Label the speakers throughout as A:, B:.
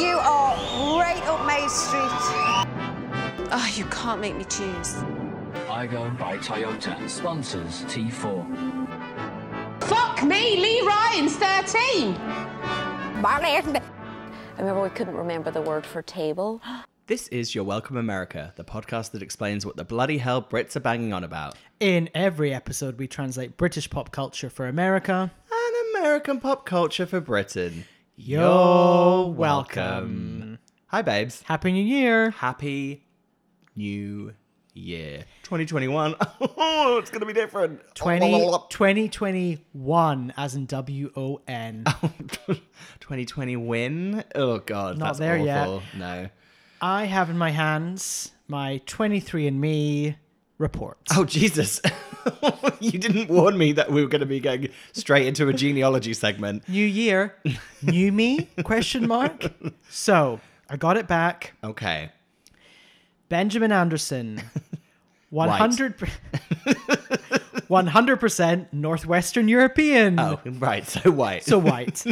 A: You are right up Main Street.
B: Oh, you can't make me choose.
C: I go by Toyota. Sponsors T4.
D: Fuck me, Lee Ryan's 13.
A: Marlon.
E: I remember we couldn't remember the word for table.
F: This is Your Welcome America, the podcast that explains what the bloody hell Brits are banging on about.
G: In every episode, we translate British pop culture for America.
F: And American pop culture for Britain.
G: You're welcome.
F: Hi, babes.
G: Happy New Year.
F: Happy New Year. 2021. Oh, it's going to be different.
G: 20, 2021, as in W O N.
F: 2020 win. Oh, God.
G: Not
F: that's
G: there yet.
F: awful. No.
G: I have in my hands my 23andMe report.
F: Oh, Jesus. you didn't warn me that we were going to be going straight into a genealogy segment.
G: New year, new me? Question mark. So I got it back.
F: Okay.
G: Benjamin Anderson, 100 100% Northwestern European.
F: Oh, right. So white.
G: So white.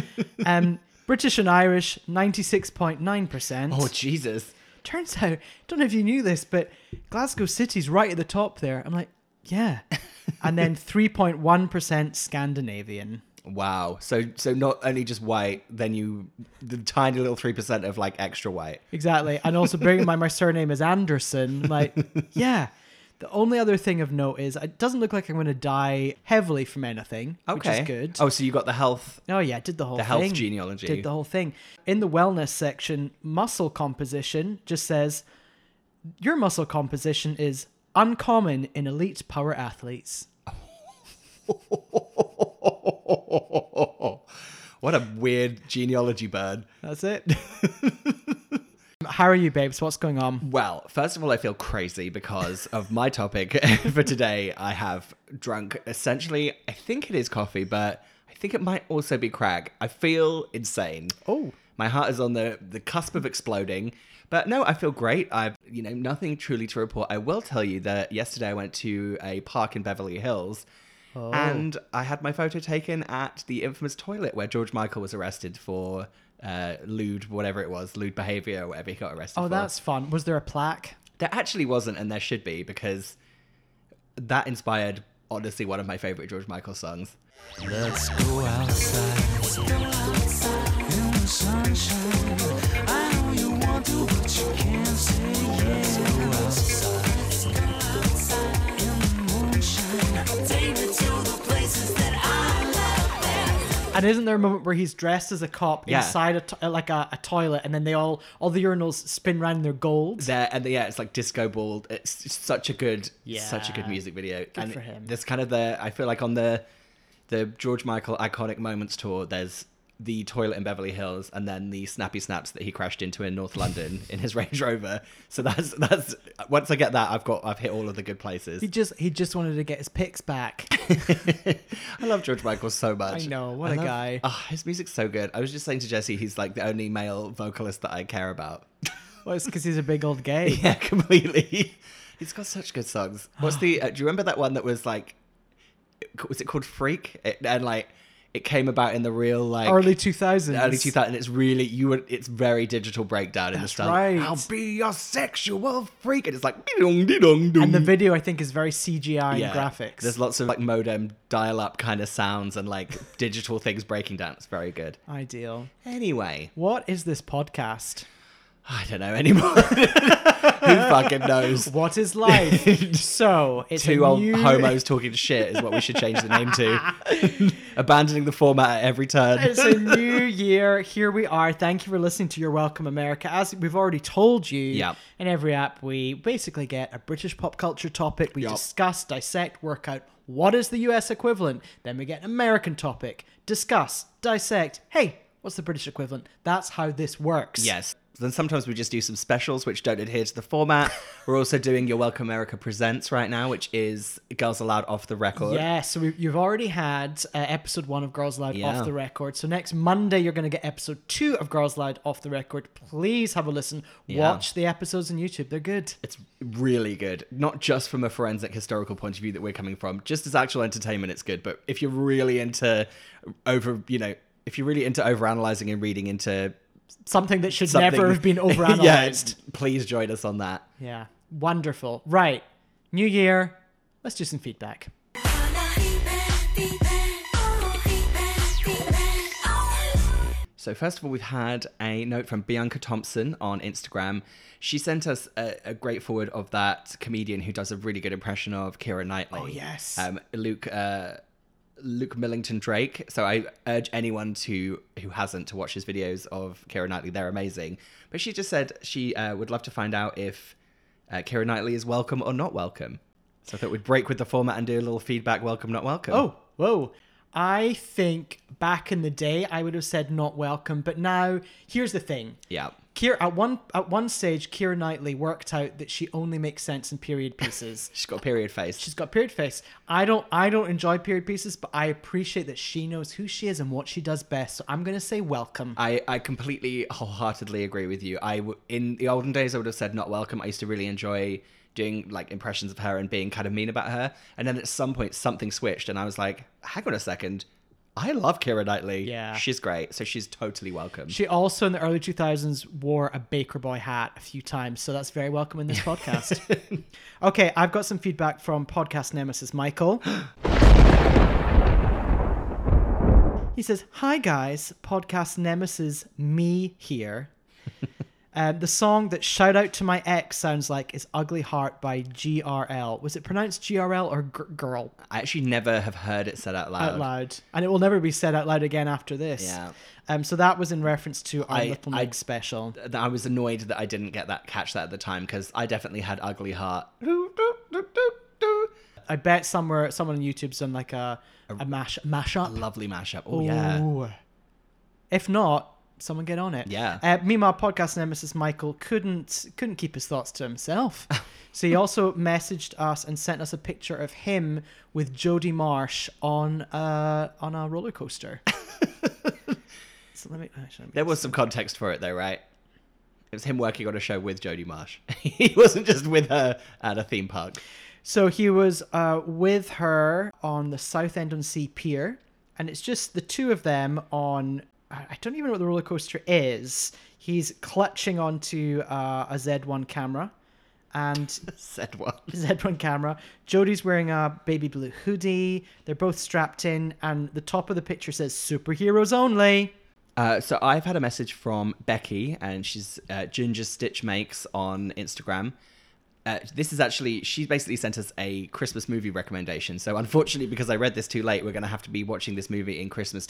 G: um, British and Irish, 96.9%.
F: oh, Jesus.
G: Turns out, don't know if you knew this, but Glasgow City's right at the top there. I'm like, yeah. And then 3.1% Scandinavian.
F: Wow. So so not only just white, then you the tiny little three percent of like extra white.
G: Exactly. And also bearing in mind my surname is Anderson, like, yeah. The only other thing of note is it doesn't look like I'm going to die heavily from anything, which is good.
F: Oh, so you got the health.
G: Oh yeah, did the whole
F: The
G: thing.
F: health genealogy.
G: Did the whole thing. In the wellness section, muscle composition just says your muscle composition is uncommon in elite power athletes.
F: What a weird genealogy bird.
G: That's it. How are you, babes? What's going on?
F: Well, first of all, I feel crazy because of my topic for today. I have drunk essentially, I think it is coffee, but I think it might also be crack. I feel insane.
G: Oh.
F: My heart is on the, the cusp of exploding. But no, I feel great. I've, you know, nothing truly to report. I will tell you that yesterday I went to a park in Beverly Hills
G: Oh.
F: and I had my photo taken at the infamous toilet where George Michael was arrested for uh, lewd, whatever it was, lewd behavior or whatever he got arrested
G: Oh,
F: for.
G: that's fun. Was there a plaque?
F: There actually wasn't, and there should be, because that inspired, honestly, one of my favorite George Michael songs.
G: And isn't there a moment where he's dressed as a cop
F: Yeah.
G: inside a to- like a, a toilet, and then they all all the urinals spin round in their gold?
F: There and yeah, it's like disco ball. It's such a good, such a good
G: Yeah.
F: music video. and
G: for him.
F: There's kind of the I feel like on the the George Michael iconic moments tour. There's the toilet in Beverly Hills, and then the snappy snaps that he crashed into in North London in his Range Rover. So that's that's once I get that, I've got I've hit all of the good places.
G: he just he just wanted to get his pics back.
F: I love George Michael so much.
G: I know, what
F: a
G: a guy.
F: his music's so good. I was just saying to Jesse, he's like the only male vocalist that I care about.
G: well, it's because he's a big old gay.
F: yeah, completely. He's got such good songs. What's the? Uh, do you remember that one that was like? Was it called Freak? It, and like, it came about in the real like
G: Early two thousands.
F: early 2000 and it's really you would it's very digital breakdown in the style
G: right.
F: i'll be your sexual freak and it's like dee-dong, dee-dong, dong.
G: And the video, I think, is very CGI
F: Mm. Yeah.
G: and graphics.
F: There's lots of like modem dial up kind of sounds and like digital things breaking down. It's very good.
G: Ideal.
F: Anyway,
G: What is this podcast?
F: I don't know anymore. Who fucking knows?
G: What is life? so it's
F: Two
G: a
F: old
G: new-
F: homos talking shit is what we should change the name to. Abandoning the format at every turn.
G: It's a new year. Here we are. Thank you for listening to Your Welcome America. As we've already told you,
F: Yep.
G: in every app, we basically get a British pop culture topic. We
F: Yep.
G: discuss, dissect, work out what is the US equivalent. Then we get an American topic, discuss, dissect. Hey, what's the British equivalent? That's how this works.
F: Yes. Then sometimes we just do some specials which don't adhere to the format. We're also doing Your Welcome America Presents right now, which is Girls Allowed off the record.
G: Yeah, so we, you've already had uh, episode one of Girls Loud
F: Yeah.
G: off the record. So next Monday, you're going to get episode two of Girls Loud off the record. Please have a listen. Watch the episodes on YouTube; they're good.
F: It's really good, not just from a forensic historical point of view that we're coming from, just as actual entertainment, it's good. But if you're really into over, you know, if you're really into overanalyzing and reading into
G: something that should
F: Something-
G: never have been overanalyzed.
F: yeah, please join us on that.
G: yeah. wonderful. Right, new year. Let's do some feedback.
F: So, first of all, we've had a note from Bianca Thompson on Instagram. She sent us a, a great forward of that comedian who does a really good impression of Kira Knightley. Oh,
G: yes.
F: Um, Luke. Uh, Luke Millington Drake. So I urge anyone to who hasn't to watch his videos of Kira Knightley. They're amazing. But she just said she uh, would love to find out if uh, Kira Knightley is welcome or not welcome. So I thought we'd break with the format and do a little feedback. Welcome, not welcome.
G: Oh, whoa. I think back in the day I would have said not welcome, but now here's the thing.
F: yeah.
G: Kier at one at one stage, Kira Knightley worked out that she only makes sense in period pieces.
F: She's got a period face.
G: She's got period face. I don't I don't enjoy period pieces, but I appreciate that she knows who she is and what she does best. So I'm gonna say welcome.
F: I, I completely wholeheartedly agree with you. I w- in the olden days I would have said not welcome. I used to really enjoy doing like impressions of her and being kind of mean about her. And then at some point something switched and I was like, hang on a second. I love Kira Knightley.
G: Yeah.
F: She's great. So she's totally welcome.
G: she also in the early 2000s wore a Baker Boy hat a few times, so that's very welcome in this podcast. okay, I've got some feedback from podcast nemesis Michael. He says, Hi guys, podcast nemesis me here. um, the song that Shout Out to My Ex sounds like is Ugly Heart by GRL. Was it pronounced GRL or gr- Girl?
F: I actually never have heard it said out loud.
G: Out loud. And it will never be said out loud again after this.
F: Yeah.
G: Um, so that was in reference to our
F: I-
G: Little
F: I-
G: Meg special.
F: Th- I was annoyed that I didn't get that catch that at the time because I definitely had ugly heart.
G: I bet somewhere someone on YouTube's done like a, a mash mashup.
F: Lovely mashup. Oh yeah.
G: Ooh. If not, someone get on it.
F: Yeah.
G: Uh, meanwhile, podcast nemesis Michael couldn't couldn't keep his thoughts to himself, so he also messaged us and sent us a picture of him with Jodie Marsh on a on a roller coaster. so let me. actually, let me-
F: There was some context for it though, right? It was him working on a show with Jodie Marsh. he wasn't just with her at a theme park.
G: So he was uh, with her on the South End on Sea Pier, and it's just the two of them on. I I don't even know what the roller coaster is. He's clutching onto uh, a Z1 camera, and
F: Said what?
G: Z1 camera. Jodie's wearing a baby blue hoodie. They're both strapped in, and the top of the picture says "Superheroes Only."
F: Uh, so I've had a message from Becky, and she's uh, Ginger Stitch Makes on Instagram. Uh, this is actually she basically sent us a Christmas movie recommendation. So unfortunately, because I read this too late, we're going to have to be watching this movie in Christmas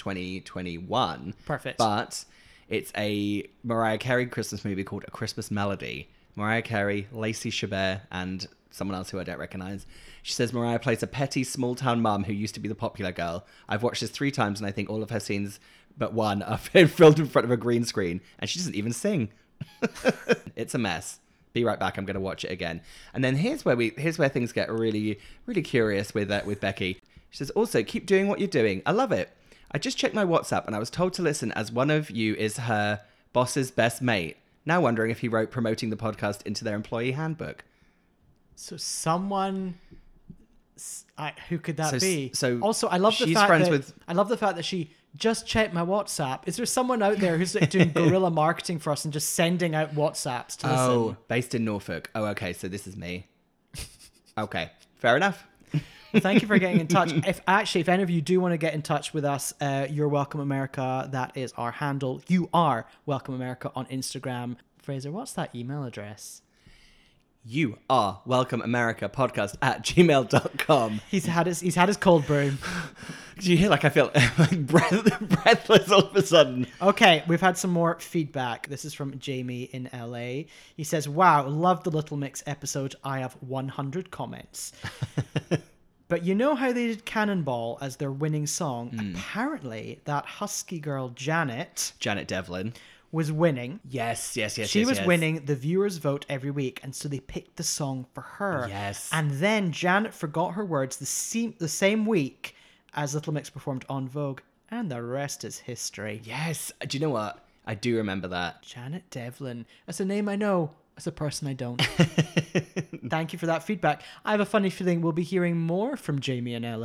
F: 2021.
G: Perfect.
F: But it's a Mariah Carey Christmas movie called A Christmas Melody. Mariah Carey, Lacey Chabert, and someone else who I don't recognize. She says Mariah plays a petty small town mum who used to be the popular girl. I've watched this three times, and I think all of her scenes but one are filmed in front of a green screen, and she doesn't even sing. it's a mess. Be right back. I'm going to watch it again. And then here's where we here's where things get really really curious with uh, with Becky. She says, "Also, keep doing what you're doing. I love it. I just checked my WhatsApp and I was told to listen as one of you is her boss's best mate. Now wondering if he wrote promoting the podcast into their employee handbook.
G: So someone, s- I, who could that
F: So s-
G: be?
F: so
G: also, I love the
F: she's
G: fact
F: friends
G: that
F: with-
G: I love the fact that she just checked my WhatsApp. Is there someone out there who's like doing guerrilla marketing for us and just sending out WhatsApps to listen?
F: Oh, based in Norfolk. Oh, okay. So this is me. okay, fair enough.
G: Thank you for getting in touch. If actually, if any of you do want to get in touch with us, uh, you're welcome, America. That is our handle. You are welcome, America, on Instagram. Fraser, what's that email address?
F: You are welcome, America podcast at gmail.com.
G: He's had his he's had his cold brew.
F: Do you hear like I feel breath, breathless all of a sudden?
G: Okay, we've had some more feedback. This is from Jamie in LA. He says, Wow, love the Little Mix episode. I have 100 comments. but you know how they did Cannonball as their winning song?
F: Hmm.
G: Apparently, that husky girl, Janet,
F: Janet Devlin.
G: was winning.
F: Yes, yes, yes.
G: She
F: yes,
G: was
F: yes.
G: winning the viewers' vote every week, and so they picked the song for her.
F: Yes.
G: And then Janet forgot her words the same, the same week as Little Mix performed on Vogue, and the rest is history.
F: Uh, Yes. Do you know what? I do remember that.
G: Janet Devlin. That's a name I know as a person, I don't. Thank you for that feedback. I have a funny feeling we'll be hearing more from Jamie in Oh,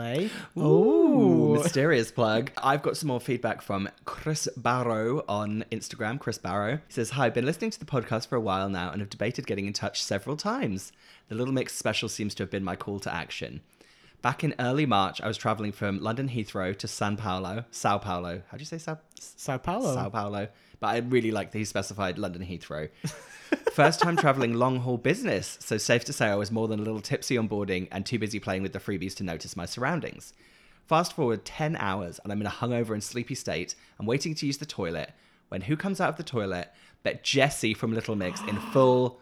G: LA.
F: Ooh, mysterious plug. I've got some more feedback from Chris Barrow on Instagram. Chris Barrow he says, Hi, been listening to the podcast for a while now and have debated getting in touch several times. The Little Mix special seems to have been my call to action. Back in early March, I was traveling from London Heathrow to San Paulo, Sao Paulo. How do you say Sao?
G: Sao Paulo.
F: Sao Paulo. But I really like that he specified London Heathrow. First time traveling long haul business, so safe to say I was more than a little tipsy on boarding and too busy playing with the freebies to notice my surroundings. Fast forward 10 hours and I'm in a hungover and sleepy state. I'm waiting to use the toilet when who comes out of the toilet but Jesse from Little Mix in full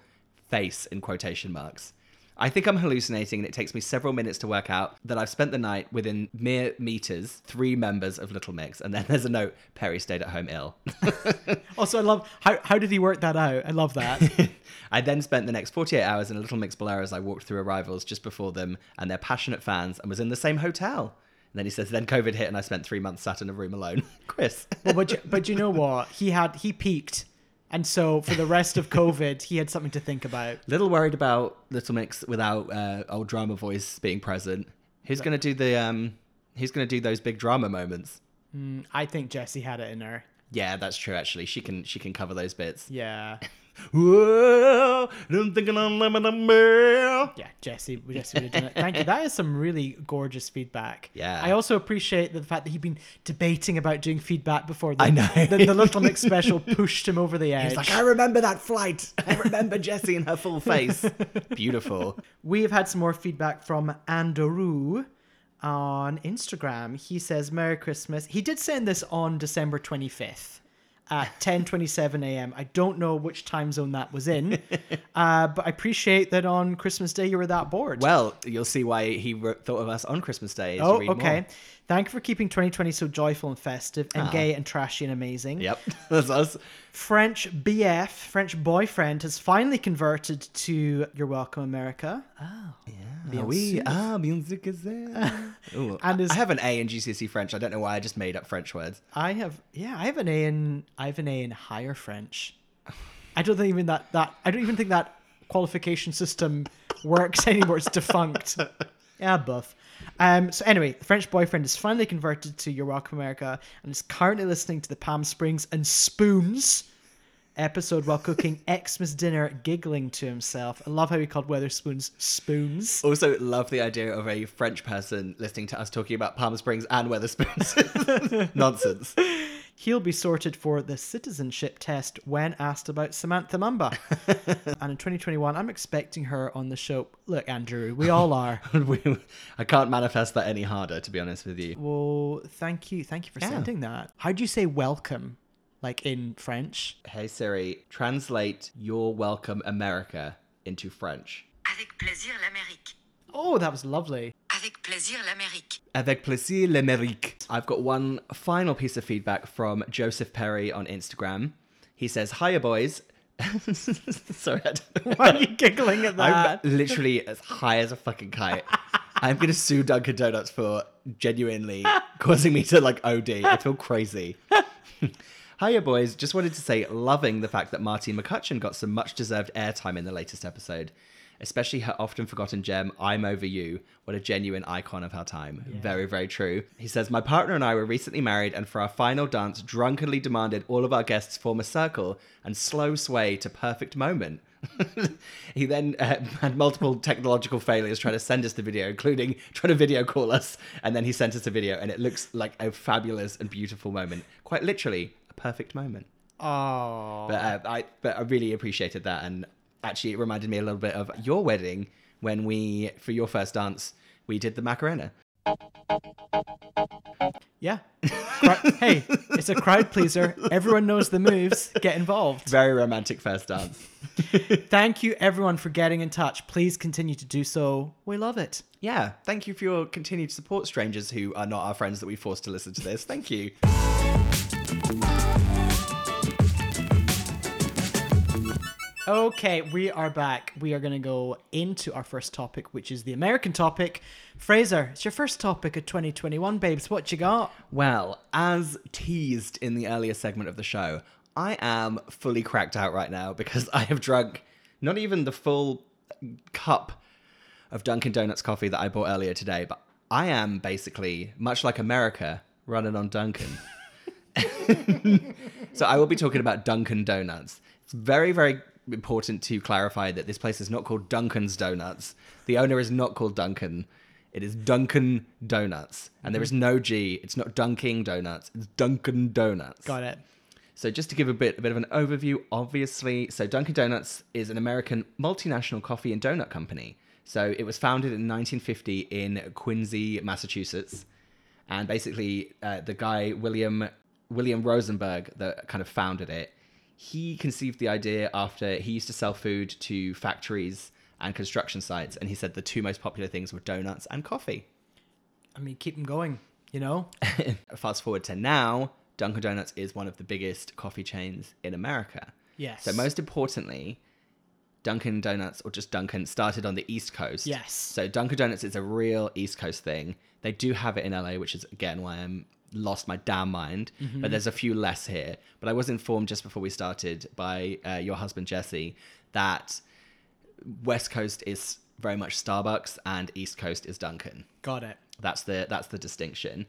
F: face in quotation marks. I think I'm hallucinating and it takes me several minutes to work out that I've spent the night within mere meters, three members of Little Mix. And then there's a note, Perry stayed at home ill.
G: Also, I love how how did he work that out? I love that.
F: I then spent the next 48 hours in a Little Mix Bolero as I walked through arrivals just before them and their passionate fans and was in the same hotel. And then he says, then COVID hit and I spent three months sat in a room alone. Chris.
G: But but you, but you know what? He had he peaked, and so for the rest of COVID, he had something to think about.
F: Little worried about Little Mix without uh, old drama voice being present. Who's going to do the, um, who's going to do those big drama moments?
G: I think Jesse had it in her.
F: Yeah, that's true. Actually, she can she can cover those bits.
G: Yeah,
F: Whoa, I'm thinking I'm living a male.
G: yeah. Jesse, Jesse would have done it. Thank you. That is some really gorgeous feedback.
F: Yeah.
G: I also appreciate the fact that he'd been debating about doing feedback before. The,
F: I know.
G: the, the Little Mix special pushed him over the edge.
F: It's like "Ah." I remember that flight. I remember Jessie in her full face. Beautiful.
G: We have had some more feedback from Andoru on Instagram. He says Merry Christmas. He did send this on December 25th at 10:27 a.m. I don't know which time zone that was in, uh, but I appreciate that on Christmas Day you were that bored.
F: Well, you'll see why he wrote, thought of us on Christmas Day. as you
G: oh,
F: read more. Uh-huh.
G: okay. Thank you for keeping 2020 so joyful and festive and gay and trashy and amazing.
F: Yep, that's us.
G: French BF, French boyfriend, has finally converted to You're Welcome America.
F: Are we ah music is there. Ooh,
G: And
F: and
G: is-
F: I have an A in GCSE E French. I don't know why I just made up French words.
G: I have yeah, I have an A in I have an A in higher French. I don't think even that that I don't even think that qualification system works anymore. It's defunct. Yeah, buff. Um, so anyway, the French boyfriend is finally converted to You're Welcome America and is currently listening to the Palm Springs and Spoons episode while cooking Xmas dinner, giggling to himself. I love how he called Weatherspoons spoons.
F: Also, love the idea of a French person listening to us talking about Palm Springs and Weatherspoons. Nonsense.
G: He'll be sorted for the citizenship test when asked about Samantha Mumba. and in 2021, I'm expecting her on the show. Look, Andrew, we all are.
F: We- I can't manifest that any harder, to be honest with you.
G: well, thank you. Thank you for sending that. How do you say welcome? Like in French?
F: Hey Siri, translate "You're welcome, America" into French.
H: Avec plaisir l'Amérique.
G: Oh, that was lovely.
H: Avec plaisir l'Amérique.
F: Avec plaisir, l'Amérique. I've got one final piece of feedback from Joseph Perry on Instagram. He says, "Hiya, boys." Sorry, I don't
G: Why are you giggling at
F: I'm
G: that?
F: literally as high as a fucking kite. I'm gonna sue Dunkin' Donuts for genuinely causing me to like OD. I feel crazy. Hiya, boys. Just wanted to say, loving the fact that Martine McCutcheon got some much deserved airtime in the latest episode, especially her often forgotten gem, I'm Over You. What a genuine icon of her time. Very, very true. He says, My partner and I were recently married, and for our final dance, drunkenly demanded all of our guests form a circle and slow sway to perfect moment. he then uh, had multiple technological failures trying to send us the video, including trying to video call us. And then he sent us a video, and it looks like a fabulous and beautiful moment. Quite literally, a perfect moment.
G: Oh.
F: But uh, I but I really appreciated that, and actually, it reminded me a little bit of your wedding when we, for your first dance, we did the Macarena.
G: Yeah. Cro- hey, it's a crowd pleaser. Everyone knows the moves. Get involved.
F: Very romantic first dance.
G: Thank you, everyone, for getting in touch. Please continue to do so. We love it.
F: Yeah, thank you for your continued support, strangers who are not our friends that we forced to listen to this. Thank you.
G: Okay, we are back. We are going to go into our first topic, which is the American topic. Fraser, it's your first topic of 2021, babes. What you got?
F: Well, as teased in the earlier segment of the show, I am fully cracked out right now because I have drunk Not even the full cup of Dunkin' Donuts coffee that I bought earlier today, but I am basically, much like America, running on Dunkin'. so I will be talking about Dunkin' Donuts. It's very, very important to clarify that this place is not called Dunkin's Donuts. The owner is not called Dunkin'. It is Dunkin' Donuts. And there is no G. It's not Dunking Donuts. It's Dunkin' Donuts.
G: Got it.
F: So just to give a bit a bit of an overview, obviously, so Dunkin' Donuts is an American multinational coffee and donut company. So it was founded in 1950 in Quincy, Massachusetts, and basically uh, the guy William William Rosenberg that kind of founded it. He conceived the idea after he used to sell food to factories and construction sites, and he said the two most popular things were donuts and coffee
G: I mean, keep them going. You know,
F: fast forward to now, Dunkin' Donuts is one of the biggest coffee chains in America.
G: Yes.
F: So most importantly, Dunkin' Donuts or just Dunkin' started on the East Coast.
G: Yes.
F: So Dunkin' Donuts is a real East Coast thing. They do have it in LA, which is again why I'm lost my damn mind.
G: Mm-hmm.
F: But there's a few less here. But I was informed just before we started by uh, your husband Jesse that West Coast is very much Starbucks and East Coast is Dunkin'.
G: got it.
F: That's the that's the distinction.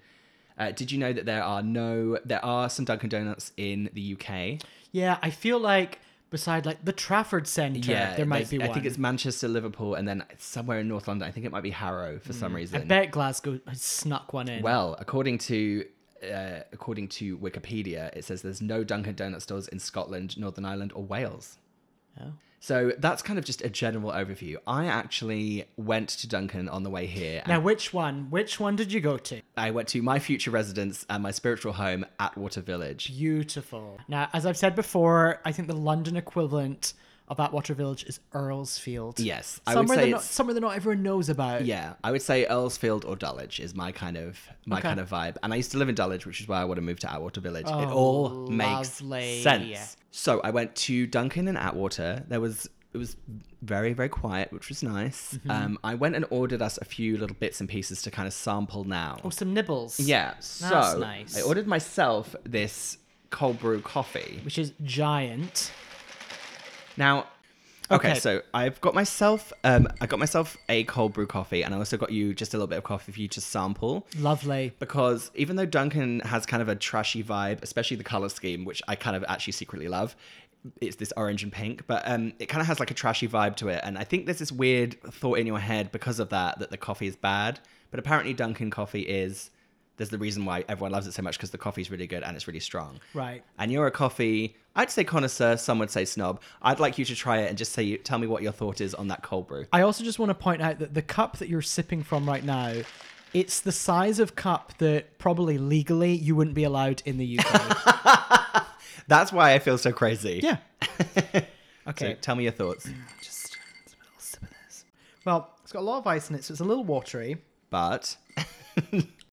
F: Uh, did you know that there are no there are some Dunkin' Donuts in the UK?
G: Yeah, I feel like beside like the Trafford Centre, there might
F: there's-
G: be one.
F: I think it's Manchester, Liverpool, and then somewhere in North London. I think it might be Harrow for some
G: Hmm, I
F: reason.
G: bet Glasgow has snuck one in.
F: Well, according to uh, according to Wikipedia, it says there's no Dunkin' Donut stores in Scotland, Northern Ireland, or Wales.
G: Oh.
F: So that's kind of just a general overview. I actually went to Dunkin' on the way here. and
G: now, which one? Which one did you go to?
F: I went to my future residence and my spiritual home at Water Village.
G: Beautiful. Now, as I've said before, I think the London equivalent of Atwater Village is Earlsfield.
F: Yes, I
G: somewhere
F: would say
G: that not,
F: it's-
G: somewhere that not everyone knows about.
F: Yeah, I would say Earlsfield or Dulwich is my kind of my
G: Okay.
F: kind of vibe. And I used to live in Dulwich, which is why I want to move to Atwater Village. it all makes
G: Oh, lovely.
F: sense. So I went to Duncan and Atwater. There was it was very very quiet, which was nice.
G: Mm-hmm.
F: Um, I went and ordered us a few little bits and pieces to kind of sample now.
G: Oh, some nibbles.
F: yeah, so
G: nice.
F: I ordered myself this cold brew coffee.
G: Which is giant.
F: Now, okay,
G: Okay.
F: so I've got myself, um, I got myself a cold brew coffee, and I also got you just a little bit of coffee for you to sample.
G: Lovely.
F: Because even though Duncan has kind of a trashy vibe, especially the color scheme, which I kind of actually secretly love, it's this orange and pink, but um, it kind of has like a trashy vibe to it. And I think there's this weird thought in your head because of that that the coffee is bad, but apparently Duncan coffee is. There's the reason why everyone loves it so much because the coffee's really good and it's really strong
G: Right.
F: and you're a coffee i'd say connoisseur some would say snob i'd like you to try it and just say tell me what your thought is on that cold brew
G: I also just want to point out that the cup that you're sipping from right now, it's the size of cup that probably legally you wouldn't be allowed in the UK.
F: that's why i feel so crazy
G: yeah.
F: so
G: Okay.
F: tell me your thoughts
G: well, it's got a lot of ice in it, so it's a little watery.
F: but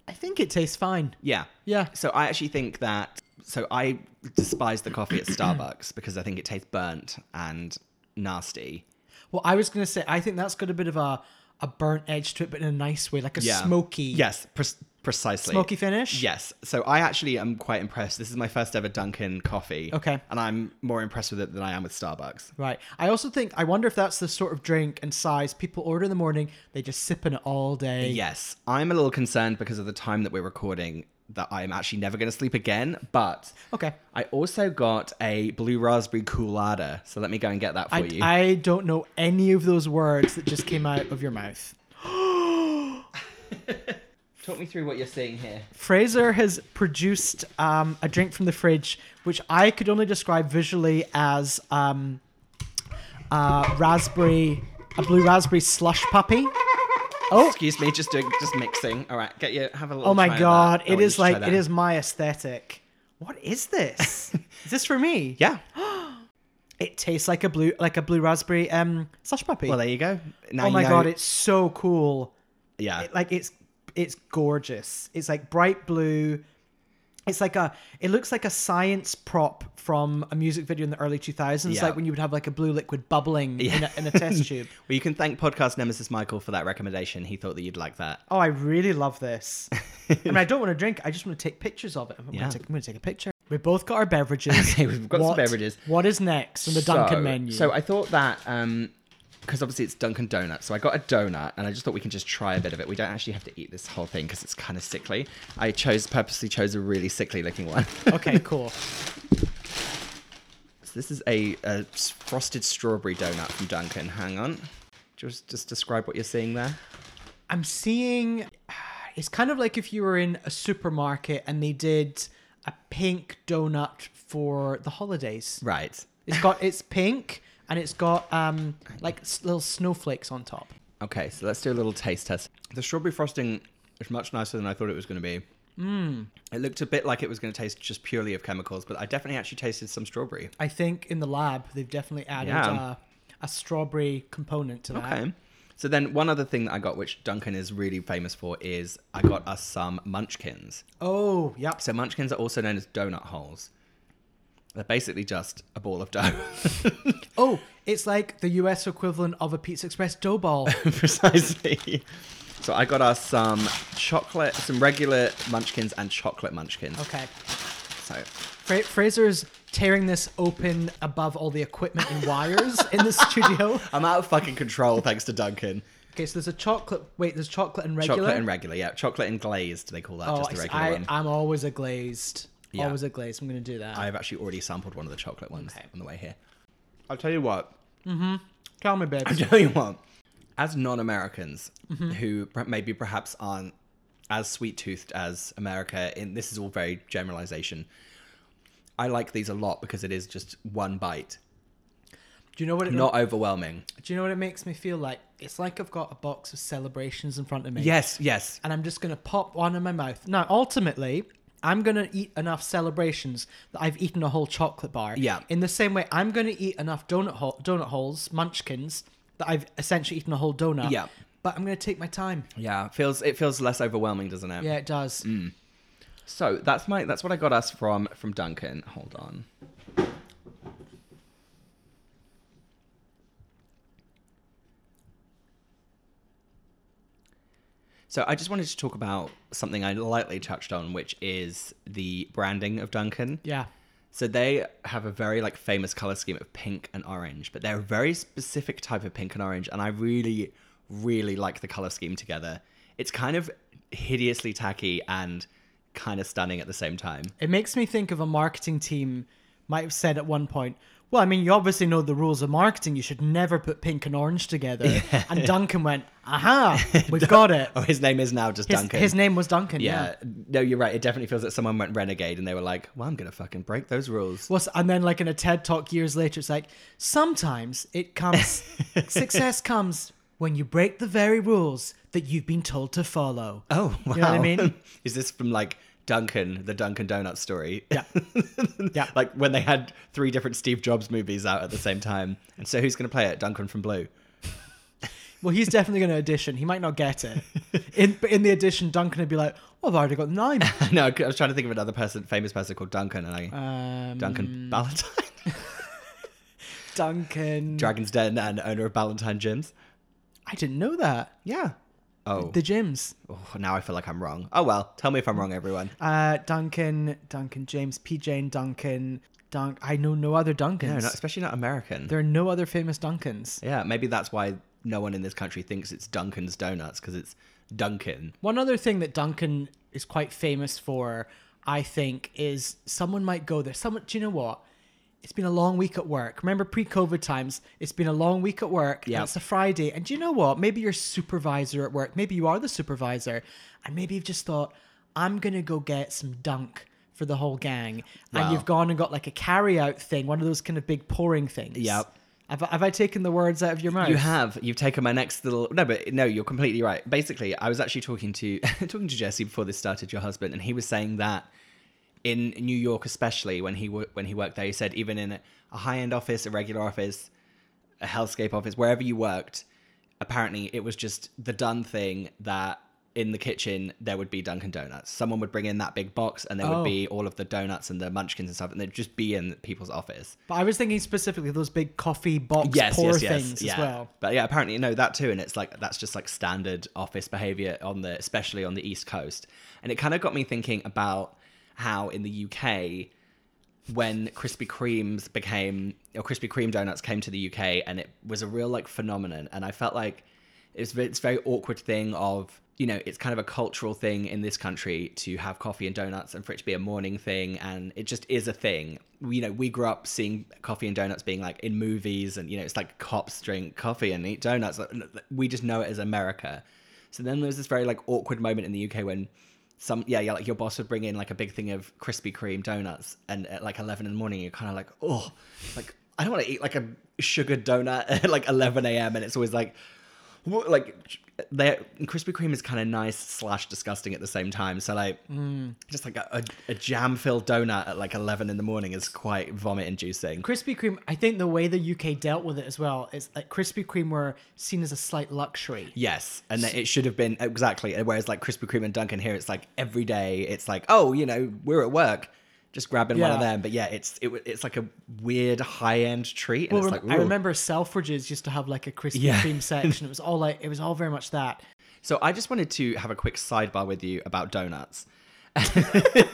G: I think it tastes fine.
F: yeah
G: Yeah.
F: so i actually think that so i despise the coffee at starbucks because i think it tastes burnt and nasty
G: Well, I was gonna say I think that's got a bit of a a burnt edge to it, but in a nice way, like a smoky,
F: yes pre- precisely
G: smoky finish.
F: Yes. So I actually am quite impressed. This is my first ever Dunkin' coffee.
G: Okay.
F: And I'm more impressed with it than I am with Starbucks.
G: Right. I also think I wonder if that's the sort of drink and size people order in the morning. They just sip in it all day.
F: Yes, I'm a little concerned because of the time that we're recording that I'm actually never going to sleep again. But
G: Okay.
F: I also got a blue raspberry coolada, so let me go and get that for
G: I,
F: you.
G: I don't know any of those words that just came out of your mouth.
F: Talk me through what you're seeing here.
G: Fraser has produced um, a drink from the fridge, which I could only describe visually as um, uh, raspberry, a blue raspberry slush puppy.
F: Oh, excuse me, just doing, just mixing. All right, get you have a little.
G: Oh my
F: try of
G: god,
F: that. I
G: it
F: want you
G: is
F: to try
G: like
F: that.
G: it is my aesthetic. What is this? is this for me?
F: Yeah.
G: It tastes like a blue like a blue raspberry um slush puppy.
F: Well, there you go. Now
G: oh
F: you
G: my
F: know-
G: god, it's so cool.
F: yeah.
G: It- like it's it's gorgeous. It's like bright blue. It's like a it looks like a science prop from a music video in the early 2000s
F: Yeah.
G: like when you would have like a blue liquid bubbling in, a, in a test tube.
F: well, you can thank podcast nemesis Michael for that recommendation. He thought that you'd like that.
G: Oh, I really love this. I mean, I don't want to drink. I just want to take pictures of it. I'm
F: Yeah.
G: going to take a picture. We both got our beverages.
F: Okay, we've got some
G: What-
F: beverages.
G: What is next on the Dunkin'
F: so,
G: menu?
F: So I thought that um because obviously it's Dunkin' Donuts, so I got a donut and I just thought we can just try a bit of it. We don't actually have to eat this whole thing because it's kind of sickly. I chose purposely chose a really sickly looking one.
G: okay, cool.
F: So this is a, a s- frosted strawberry donut from Dunkin'. Hang on, just just describe what you're seeing there.
G: I'm seeing it's kind of like if you were in a supermarket and they did a pink donut for the holidays.
F: Right.
G: It's got it's pink and it's got um like s- little snowflakes on top.
F: Okay, so let's do a little taste test. The strawberry frosting is much nicer than I thought it was going to be. It looked a bit like it was going to taste just purely of chemicals, but I definitely actually tasted some strawberry.
G: I think in the lab they've definitely added
F: Yeah.
G: a, a strawberry component to that.
F: Okay. So then one other thing that I got, which Duncan is really famous for, is I got us some munchkins.
G: Oh, yep.
F: So munchkins are also known as donut holes. They're basically just a ball of dough.
G: Oh, it's like the US equivalent of a Pizza Express dough ball.
F: Precisely. So I got us some chocolate, some regular munchkins and chocolate munchkins.
G: okay.
F: So
G: Fra- Fraser's tearing this open above all the equipment and wires in the studio.
F: I'm out of fucking control thanks to Duncan.
G: Okay, so there's a chocolate. Wait, there's chocolate and regular.
F: Chocolate and regular, yeah. Chocolate and glazed, they call that,
G: Oh,
F: just the
G: I see.
F: regular one.
G: I, am always a glazed.
F: Yeah.
G: Always a glazed. I'm gonna do that.
F: I've actually already sampled one of the chocolate ones
G: Okay.
F: on the way here. I'll tell you what,
G: Tell me, babe.
F: I tell you what, as non-Americans
G: Mm-hmm.
F: who per- maybe perhaps aren't as sweet-toothed as America, in this is all very generalization. I like these a lot because it is just one bite,
G: Do you know what it?
F: not overwhelming.
G: do you know what it makes me feel like? It's like I've got a box of celebrations in front of me.
F: Yes, yes.
G: And I'm just gonna pop one in my mouth. Now, ultimately. I'm gonna eat enough celebrations that I've eaten a whole chocolate bar.
F: Yeah.
G: In the same way, I'm gonna eat enough donut hole, donut holes, munchkins, that I've essentially eaten a whole donut.
F: Yeah.
G: But I'm gonna take my time.
F: Yeah, it feels it feels less overwhelming, doesn't it?
G: Yeah, it does.
F: Mm. So that's my that's what I got us from from Duncan. Hold on. So I just wanted to talk about something I lightly touched on, which is the branding of Duncan.
G: Yeah.
F: So they have a very like famous color scheme of pink and orange, but they're a very specific type of pink and orange, and I really, really like the color scheme together. It's kind of hideously tacky and kind of stunning at the same time.
G: It makes me think of a marketing team might have said at one point, well, I mean, you obviously know the rules of marketing. You should never put pink and orange together. And Duncan went, aha, we've got it.
F: Oh, his name is now just
G: His,
F: Duncan.
G: his name was Duncan. Yeah.
F: Yeah. No, you're right. It definitely feels like someone went renegade, and they were like, "Well, I'm gonna fucking break those rules."
G: Was, and then, like in a TED talk years later, it's like, sometimes it comes, success comes when you break the very rules that you've been told to follow.
F: Oh, wow.
G: You know what I mean?
F: is this from like Duncan, the Duncan Donuts story?
G: Yeah. Yeah.
F: like when they had three different Steve Jobs movies out at the same time. And so who's going to play it? Duncan from Blue.
G: Well, he's definitely going to audition. He might not get it. In, but in the audition, Duncan would be like, oh, I've already got nine.
F: no, I was trying to think of another person, famous person called Duncan, and I
G: Um,
F: Duncan Ballantyne,
G: Duncan.
F: Dragon's Den, and owner of Ballantyne Gyms.
G: I didn't know that.
F: Yeah. Oh,
G: The gyms.
F: oh, now I feel like I'm wrong. Oh well, tell me if I'm wrong, everyone.
G: Uh, Duncan, Duncan James, P. Jane Duncan, Dunk. I know no other
F: No,
G: Duncans.
F: not, especially not American.
G: there are no other famous Duncans.
F: Yeah, maybe that's why no one in this country thinks it's Duncan's Donuts because it's Duncan.
G: One other thing that Duncan is quite famous for, I think, is someone might go there. Someone, do you know what? It's been a long week at work. Remember pre-COVID times? It's been a long week at work.
F: Yeah.
G: And it's a Friday, and do you know what? Maybe your supervisor at work. Maybe you are the supervisor, and maybe you've just thought, "I'm gonna go get some dunk." For the whole gang, and
F: Wow.
G: you've gone and got like a carry-out thing, one of those kind of big pouring things.
F: Yep.
G: Have, I- have I taken the words out of your mouth?
F: You have. You've taken my next little. No, but no, you're completely right. Basically, I was actually talking to talking to Jesse before this started. Your husband, and he was saying that in New York, especially when he wo- when he worked there, he said even in a, a high end office, a regular office, a hellscape office, wherever you worked, apparently it was just the done thing that in the kitchen there would be Dunkin' Donuts. Someone would bring in that big box, and there
G: Oh.
F: would be all of the donuts and the munchkins and stuff, and they'd just be in people's office.
G: But I was thinking specifically those big coffee box pour things as well.
F: But yeah, apparently no, that too, and it's like that's just like standard office behavior on the, especially on the East Coast, and it kind of got me thinking about how in the UK when Krispy Kremes became or Krispy Kreme donuts came to the UK, and it was a real like phenomenon. And I felt like it's ve- it's a very awkward thing of you know it's kind of a cultural thing in this country to have coffee and donuts and for it to be a morning thing and it just is a thing you know we grew up seeing coffee and donuts being like in movies and you know it's like cops drink coffee and eat donuts Like, n- we just know it as america so then there was this very like awkward moment in the uk when some yeah yeah like your boss would bring in like a big thing of krispy kreme donuts and at like 11 in the morning you're kind of like oh like i don't want to eat like a sugared donut at like 11 a.m and it's always like well, like they Krispy Kreme is kind of nice slash disgusting at the same time. So like,
G: Mm.
F: just like a, a, a jam filled donut at like eleven in the morning is quite vomit inducing.
G: Krispy Kreme, I think the way the UK dealt with it as well is like Krispy Kreme were seen as a slight luxury.
F: Yes, and that it should have been exactly. Whereas like Krispy Kreme and Dunkin' here, it's like every day. It's like oh, you know, we're at work. Just grabbing one of
G: Yeah.
F: them, but yeah, it's it, w- it's like a weird high end treat, and
G: Well,
F: it's
G: rem-
F: like
G: I
F: ooh.
G: remember Selfridges used to have like a Krispy
F: Yeah.
G: Kreme section. It was all like it was all very much that.
F: So I just wanted to have a quick sidebar with you about donuts. well,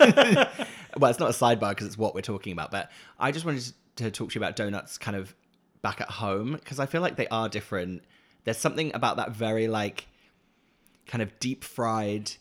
F: it's not a sidebar because it's what we're talking about, but I just wanted to talk to you about donuts kind of back at home because I feel like they are different. There's something about that very like kind of deep fried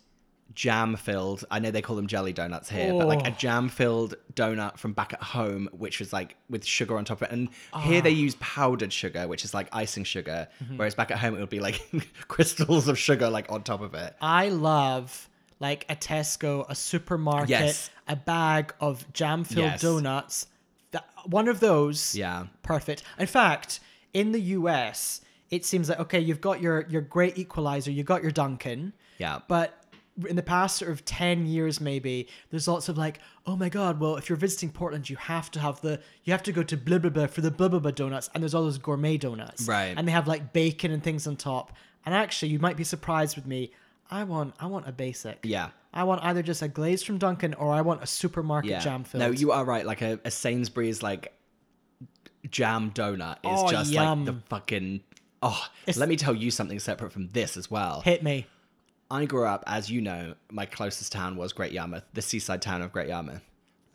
F: jam filled. I know they call them jelly donuts here, but like a
G: Oh.
F: jam filled donut from back at home, which was like with sugar on top of it. And here
G: Ah.
F: they use powdered sugar, which is like icing sugar,
G: Mm-hmm.
F: whereas back at home it would be like crystals of sugar like on top of it.
G: I love like a Tesco, a supermarket,
F: Yes.
G: a bag of jam filled
F: Yes.
G: donuts. That, one of those.
F: Yeah.
G: Perfect. In fact, in the US, it seems like okay, you've got your your great equalizer, you got your Duncan.
F: Yeah.
G: But in the past sort of 10 years maybe there's lots of like oh my god well if you're visiting portland you have to have the you have to go to blah blah blah for the blah blah blah donuts and there's all those gourmet donuts
F: Right.
G: and they have like bacon and things on top and actually you might be surprised with me i want i want a basic
F: Yeah.
G: i want either just a glaze from duncan or i want a supermarket
F: Yeah.
G: jam filled
F: No, you are right. Like a, a Sainsbury's like jam donut is
G: Oh,
F: just
G: yum.
F: like the fucking. Oh, let me tell you something separate from this as well.
G: hit me
F: I grew up, as you know, my closest town was Great Yarmouth, the seaside town of Great Yarmouth.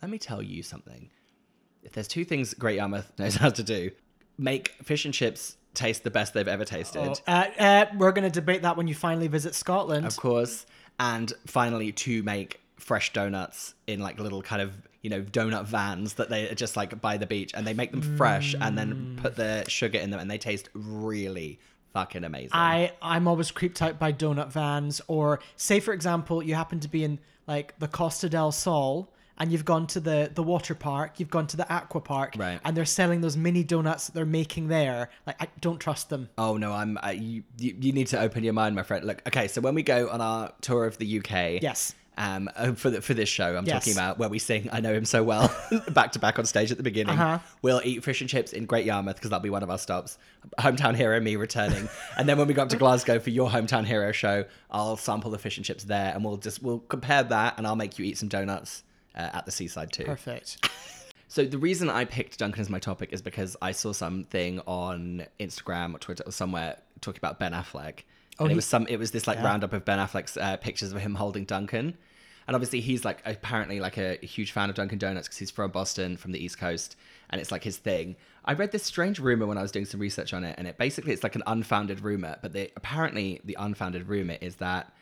F: Let me tell you something. If there's two things Great Yarmouth knows how to do, make fish and chips taste the best they've ever tasted,
G: Oh, uh, uh, we're going to debate that when you finally visit scotland
F: of course, and finally to make fresh donuts in like little kind of you know donut vans that they are just like by the beach and they make them fresh and then put the sugar in them and they taste really fucking amazing.
G: I I'm always creeped out by donut vans or say for example you happen to be in like the Costa del Sol and you've gone to the the water park, you've gone to the aqua park
F: Right.
G: and they're selling those mini donuts that they're making there. Like I don't trust them.
F: Oh no, I'm. I, you, you you need to open your mind, my friend. Look, okay, so when we go on our tour of the UK,
G: Yes.
F: um, uh, for the, for this show, I'm
G: Yes.
F: talking about where we sing "I Know Him So Well" back to back on stage at the beginning.
G: Uh-huh.
F: We'll eat fish and chips in Great Yarmouth because that'll be one of our stops. Hometown hero, me returning, and then when we go up to Glasgow for your hometown hero show, I'll sample the fish and chips there, and we'll just we'll compare that, and I'll make you eat some donuts uh, at the seaside too.
G: Perfect.
F: So the reason I picked Duncan as my topic is because I saw something on Instagram or Twitter or somewhere talking about Ben Affleck. and it
G: he-
F: was some. It was this like roundup of Ben Affleck's uh, pictures of him holding Duncan, and obviously he's like apparently like a huge fan of Dunkin' Donuts because he's from Boston, from the East Coast, and it's like his thing. I read this strange rumor when I was doing some research on it, and it basically it's like an unfounded rumor, but they apparently the unfounded rumor is that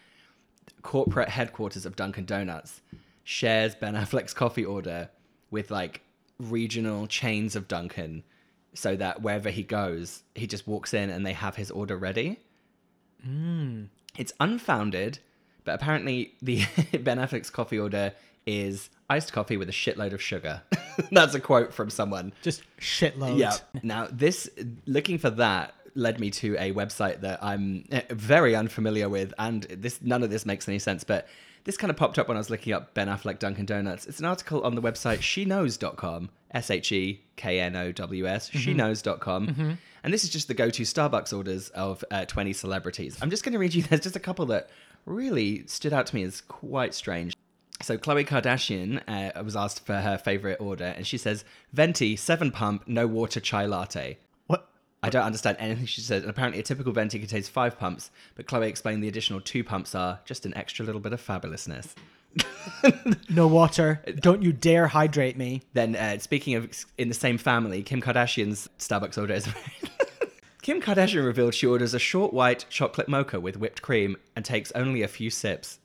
F: corporate headquarters of Dunkin' Donuts shares Ben Affleck's coffee order with like regional chains of Dunkin', so that wherever he goes, he just walks in and they have his order ready. It's unfounded, but apparently the Ben Affleck's coffee order is iced coffee with a shitload of sugar. That's a quote from someone.
G: Just shitload.
F: Yeah. Now, this looking for that led me to a website that I'm eh, very unfamiliar with, and this none of this makes any sense. But this kind of popped up when I was looking up Ben Affleck Dunkin' Donuts. It's an article on the website sheknows.com, S H E K N O W S, sheknows.com. And this is just the go to Starbucks orders of uh, 20 celebrities. I'm just going to read you, there's just a couple that really stood out to me as quite strange. So Khloe Kardashian uh, was asked for her favorite order, and she says venti, seven pump, no water, chai latte.
G: What
F: I don't understand anything she says. And apparently, a typical venti contains five pumps, but Chloe explained the additional two pumps are just an extra little bit of fabulousness.
G: No water. Don't you dare hydrate me.
F: Then, uh, speaking of ex- in the same family, Kim Kardashian's Starbucks order is. Kim Kardashian revealed she orders a short white chocolate mocha with whipped cream and takes only a few sips.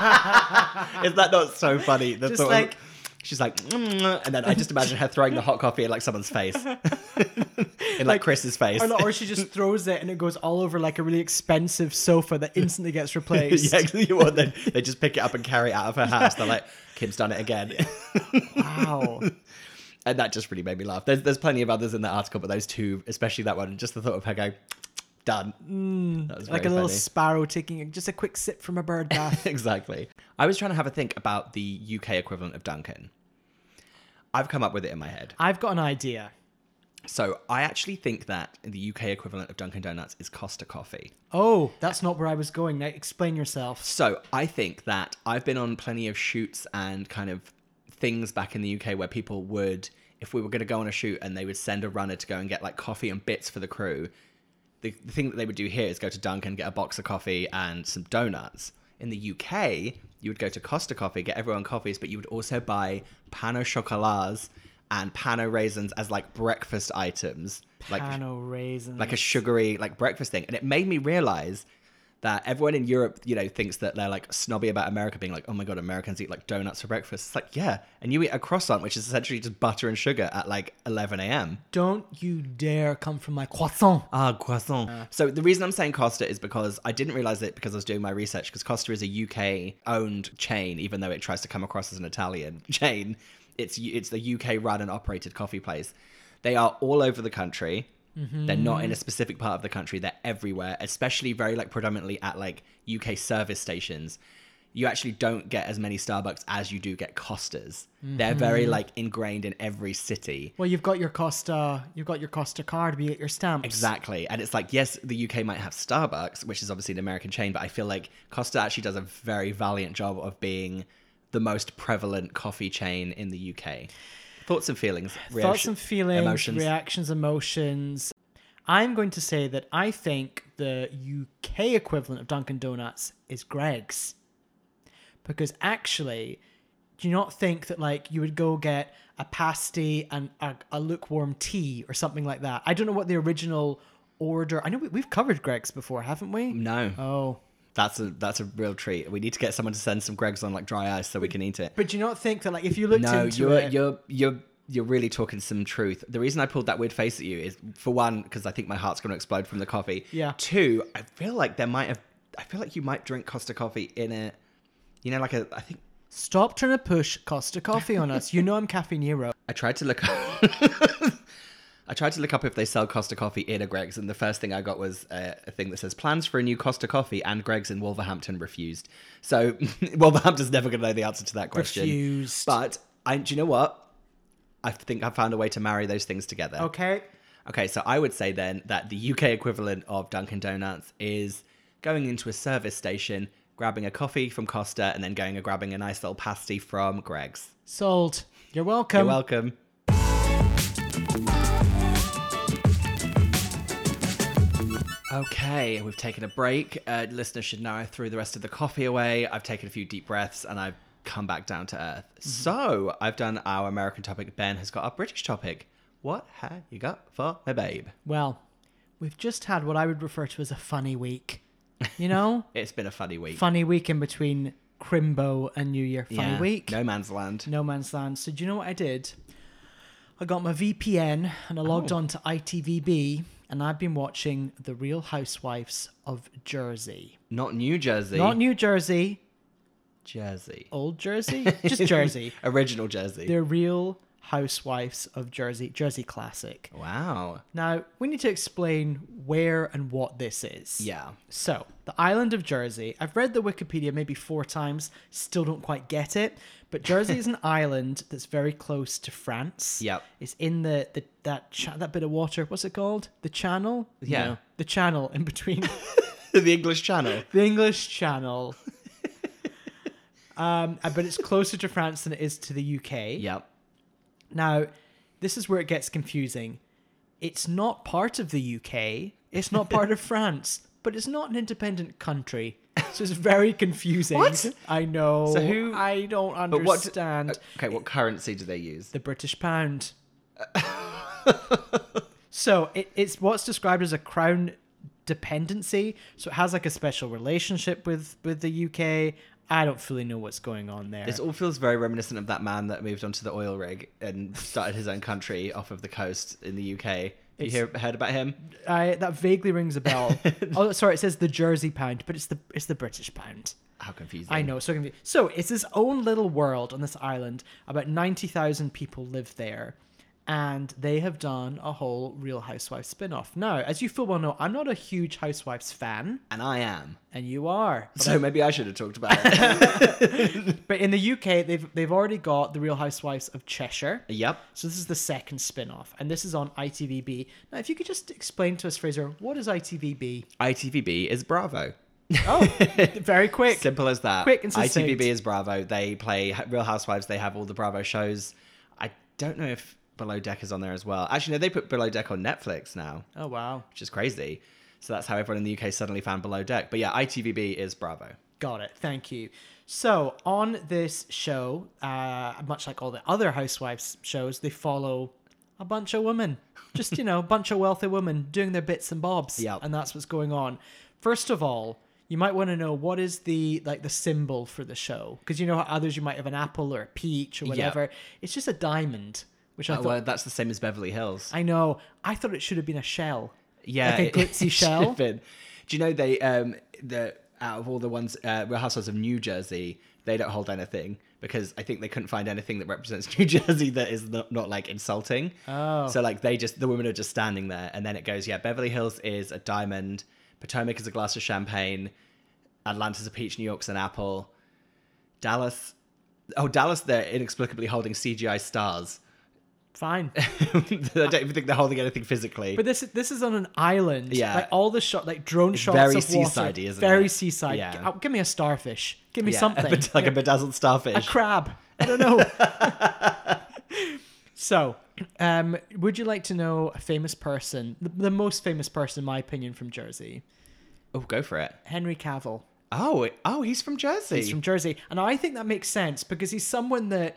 F: is that not so funny? The
G: Just
F: thought of-
G: like-
F: she's like, "Mm," and then I just imagine her throwing the hot coffee in like someone's face, in like, Chris's face.
G: Or, not, or she just throws it and it goes all over like a really expensive sofa that instantly gets replaced.
F: yeah, exactly. You want them- They just pick it up and carry it out of her house. They're like, Kim's done it again.
G: Wow.
F: and that just really made me laugh. There's, there's plenty of others in that article, but those two, especially that one, just the thought of her going, done. that was
G: Mm, like a
F: very
G: little
F: funny.
G: sparrow taking a- just a quick sip from a bird bath.
F: exactly. I was trying to have a think about the UK equivalent of Duncan. I've come up with it in my head.
G: I've got an idea.
F: So I actually think that the UK equivalent of Dunkin' Donuts is Costa Coffee.
G: Oh, that's not where I was going. Now explain yourself.
F: So I think that I've been on plenty of shoots and kind of things back in the UK where people would, if we were going to go on a shoot and they would send a runner to go and get like coffee and bits for the crew, the, the thing that they would do here is go to Dunkin', get a box of coffee and some donuts. In the UK, you would go to Costa Coffee, get everyone coffees, but you would also buy pano chocolats and pano raisins as like breakfast items. like
G: Pano raisins.
F: like a sugary like breakfast thing and it made me realize that everyone in Europe, you know, thinks that they're like snobby about America being like, oh my God, Americans eat like donuts for breakfast. It's like, yeah. And you eat a croissant, which is essentially just butter and sugar at like 11 a.m.
G: Don't you dare come from my croissant.
F: Ah, croissant. So the reason I'm saying Costa is because I didn't realize it because I was doing my research because Costa is a UK owned chain, even though it tries to come across as an Italian chain. It's it's the UK run and operated coffee place. They are all over the country. They're not in a specific part of the country. They're everywhere, especially very like predominantly at like UK service stations. You actually don't get as many Starbucks as you do get Costas. They're very like ingrained in every city.
G: Well, you've got your Costa, you've got your Costa card. We get your stamps.
F: Exactly. And it's like, yes, the UK might have Starbucks, which is obviously an American chain, but I feel like Costa actually does a very valiant job of being the most prevalent coffee chain in the UK. Thoughts and feelings.
G: Thoughts
F: reaction-
G: and feelings,
F: Emotions.
G: reactions, emotions. I'm going to say that I think the UK equivalent of Dunkin' Donuts is Greg's. Because actually, do you not think that like you would go get a pasty and a, a lukewarm tea or something like that? I don't know what the original order. I know we, we've covered Greg's before, haven't we?
F: no,
G: Oh.
F: that's a that's a real treat. We need to get someone to send some Greg's on like dry ice so we can eat it.
G: But do you not think that like if you looked
F: No,
G: into
F: you're
G: it,
F: you're you're you're really talking some truth. The reason I pulled that weird face at you is for one because I think my heart's going to explode from the coffee.
G: Yeah.
F: Two, I feel like there might have. I feel like you might drink Costa coffee in it. You know, like a. I think
G: stop trying to push Costa Coffee on us. You know I'm caffeine hero.
F: I tried to look. up... I tried to look up if they sell Costa coffee in a Greg's, and the first thing I got was uh, a thing that says plans for a new Costa coffee and Greg's in Wolverhampton refused. So Wolverhampton's never going to know the answer to that question.
G: Refused.
F: But I, do you know what? I think I found a way to marry those things together.
G: Okay.
F: Okay, so I would say then that the UK equivalent of Dunkin' Donuts is going into a service station, grabbing a coffee from Costa, and then going and grabbing a nice little pasty from Greg's.
G: Sold. You're welcome.
F: You're welcome. Okay, we've taken a break. Uh, listeners should know I threw the rest of the coffee away. I've taken a few deep breaths and I've come back down to earth.
G: Mm-hmm.
F: So I've done our American topic. Ben has got our British topic. What have you got for my babe?
G: Well, we've just had what I would refer to as a funny week. You know?
F: It's been a funny week.
G: funny week in between Crimbo and New Year. Funny
F: Yeah.
G: week.
F: No man's land.
G: No man's land. So do you know what I did? I got my VPN and I
F: Oh.
G: logged on to ITVB and I've been watching The Real Housewives of Jersey.
F: Not New Jersey.
G: Not New Jersey,
F: Jersey.
G: old Jersey, just Jersey.
F: Original Jersey.
G: The Real Housewives of Jersey, Jersey Classic.
F: Wow.
G: Now, we need to explain where and what this is.
F: Yeah.
G: So, the island of Jersey. I've read the Wikipedia maybe four times, still don't quite get it. But Jersey is an island that's very close to France.
F: Yep.
G: It's in the, the that cha- that bit of water. What's it called? The Channel.
F: Yeah.
G: the Channel in between
F: the English Channel.
G: the English Channel. um, uh, but it's closer to France than it is to the UK.
F: Yep.
G: Now, this is where it gets confusing. It's not part of the UK, it's not part of France, but it's not an independent country. This is very confusing.
F: What?
G: I know.
F: So who-
G: I don't
F: But what? uh,
G: understand.
F: Okay, what currency do they use?
G: the British pound. so it, it's what's described as a crown dependency. So it has like a special relationship with with the UK. I don't fully know what's going on there.
F: This all feels very reminiscent of that man that moved onto the oil rig and started his own country off of the coast in the UK. You
G: It's-
F: hear, heard about him?
G: I, that vaguely rings a bell. oh, sorry, it says the Jersey pound, but it's the it's the British pound.
F: How confusing.
G: I know, so confusing. So it's his own little world on this island. About ninety thousand people live there, and they have done a whole Real Housewives spin-off. Now, as you full well know, I'm not a huge Housewives fan,
F: And I am.
G: and you are.
F: So maybe I should have talked about it.
G: But in the UK, they've they've already got the Real Housewives of Cheshire.
F: yep.
G: So this is the second spin-off, and this is on ITVB. Now, if you could just explain to us, Fraser, what is ITVB?
F: ITVB is Bravo.
G: Oh, very quick.
F: Simple as that.
G: Quick and succinct.
F: ITVB is Bravo. They play H- Real Housewives. They have all the Bravo shows. I don't know if Below Deck is on there as well. Actually, no, they put Below Deck on Netflix now,
G: Oh wow,
F: which is crazy. So that's how everyone in the UK suddenly found Below Deck. But yeah, ITVB is Bravo.
G: got it. Thank you. So on this show, uh, much like all the other housewives shows, they follow a bunch of women, just you know, a bunch of wealthy women doing their bits and bobs,
F: Yep.
G: and that's what's going on. First of all. You might want to know what is the like the symbol for the show because you know how others you might have an apple or a peach or whatever. It's just a diamond, which I
F: Uh,
G: thought
F: well, that's the same as Beverly Hills.
G: I know. I thought it should have been a shell.
F: yeah,
G: like a
F: it- it
G: glitzy
F: should
G: shell.
F: have been. Do you know they um the out of all the ones uh, Real Housewives of New Jersey, they don't hold anything because I think they couldn't find anything that represents New Jersey that is not, not like insulting. Oh, so like they just the women are just standing there, and then it goes yeah. Beverly Hills is a diamond. Potomac is a glass of champagne. Atlanta's a peach. New York's an apple. Dallas. Oh, Dallas, they're inexplicably holding CGI stars.
G: Fine.
F: I don't even think they're holding anything physically.
G: But this this is on an island.
F: Yeah.
G: Like all the shot, like drone shots.
F: very
G: of water,
F: seaside-y, isn't
G: very
F: it?
G: seaside.
F: Yeah.
G: G- oh, give me a starfish. Give me
F: Yeah,
G: something.
F: a bed- like a bedazzled starfish.
G: A crab. I don't know. so, um, would you like to know a famous person, the, the most famous person, in my opinion, from Jersey?
F: oh, go for it.
G: Henry Cavill.
F: Oh, it- oh, he's from Jersey.
G: He's from Jersey. And I think that makes sense because he's someone that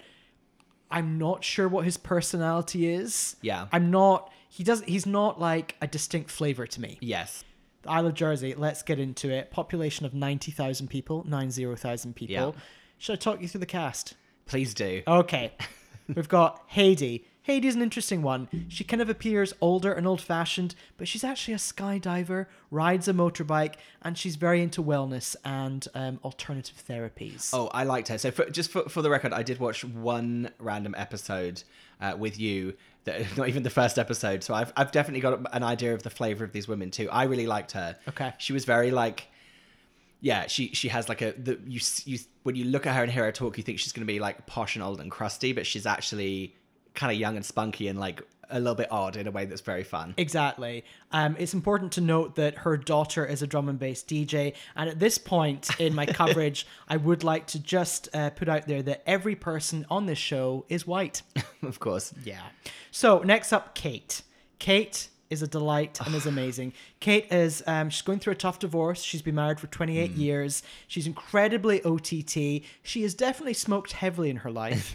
G: I'm not sure what his personality is.
F: Yeah.
G: I'm not he does he's not like a distinct flavor to me.
F: yes.
G: The Isle of Jersey, let's get into it. Population of 90,000 people, 90,000 people.
F: Yeah.
G: Should I talk you through the cast?
F: Please do.
G: Okay. We've got Haiti. Heidi's an interesting one. She kind of appears older and old fashioned, but she's actually a skydiver, rides a motorbike, and she's very into wellness and um, alternative therapies.
F: Oh, I liked her. So, for, just for, for the record, I did watch one random episode uh, with you. That, not even the first episode. So, I've, I've definitely got an idea of the flavor of these women too. I really liked her.
G: Okay.
F: She was very like, yeah. She she has like a the you s- you when you look at her and hear her talk, you think she's going to be like posh and old and crusty, but she's actually kind of young and spunky and like a little bit odd in a way that's very fun.
G: Exactly. Um, it's important to note that her daughter is a drum and bass DJ. And at this point in my coverage, I would like to just uh, put out there that every person on this show is white.
F: of course.
G: Yeah. So next up, Kate. Kate is a delight and is amazing. Kate is um, she's going through a tough divorce. She's been married for 28
F: Mm.
G: years. She's incredibly OTT. She has definitely smoked heavily in her life,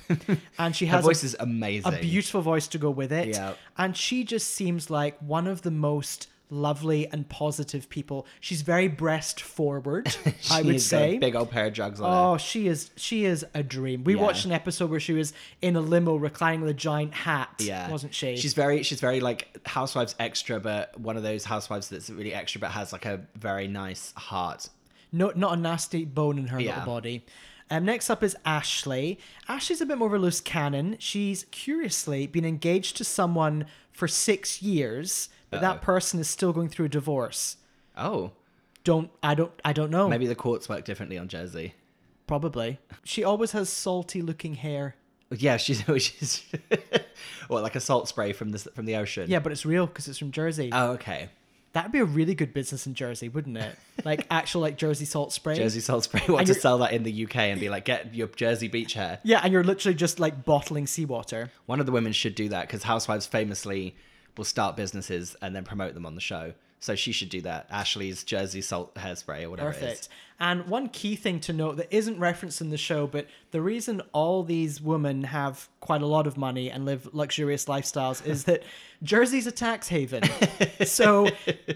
G: and she
F: Her
G: has a-
F: voice is amazing.
G: a beautiful voice to go with it.
F: Yeah.
G: And she just seems like one of the most lovely and positive people. She's very breast forward, I would
F: She's got a
G: say.
F: big old pair of drugs on her.
G: Oh, she is she is a dream. We
F: Yeah.
G: watched an episode where she was in a limo reclining with a giant hat.
F: Yeah,
G: Wasn't she?
F: She's very, she's very like housewives extra, but one of those housewives that's really extra, but has like a very nice heart.
G: no, not a nasty bone in her
F: Yeah.
G: little body. Um, next up is Ashley. Ashley's a bit more of a loose cannon. She's curiously been engaged to someone for six years, but that person is still going through a divorce.
F: Oh,
G: Don't I don't I don't know.
F: maybe the courts work differently on Jersey.
G: Probably. She always has salty looking hair.
F: Yeah, she's she's what like a salt spray from the from the ocean.
G: Yeah, but it's real because it's from Jersey.
F: Oh, okay.
G: That'd be a really good business in Jersey, wouldn't it? Like actual like Jersey salt spray.
F: Jersey salt spray. Want to
G: you're-
F: sell that in the UK and be like, get your Jersey beach hair.
G: Yeah, and you're literally just like bottling seawater.
F: One of the women should do that because housewives famously will start businesses and then promote them on the show. So she should do that. Ashley's Jersey salt hairspray or whatever it
G: Perfect.
F: is.
G: And one key thing to note that isn't referenced in the show, but the reason all these women have quite a lot of money and live luxurious lifestyles is that Jersey's a tax haven. so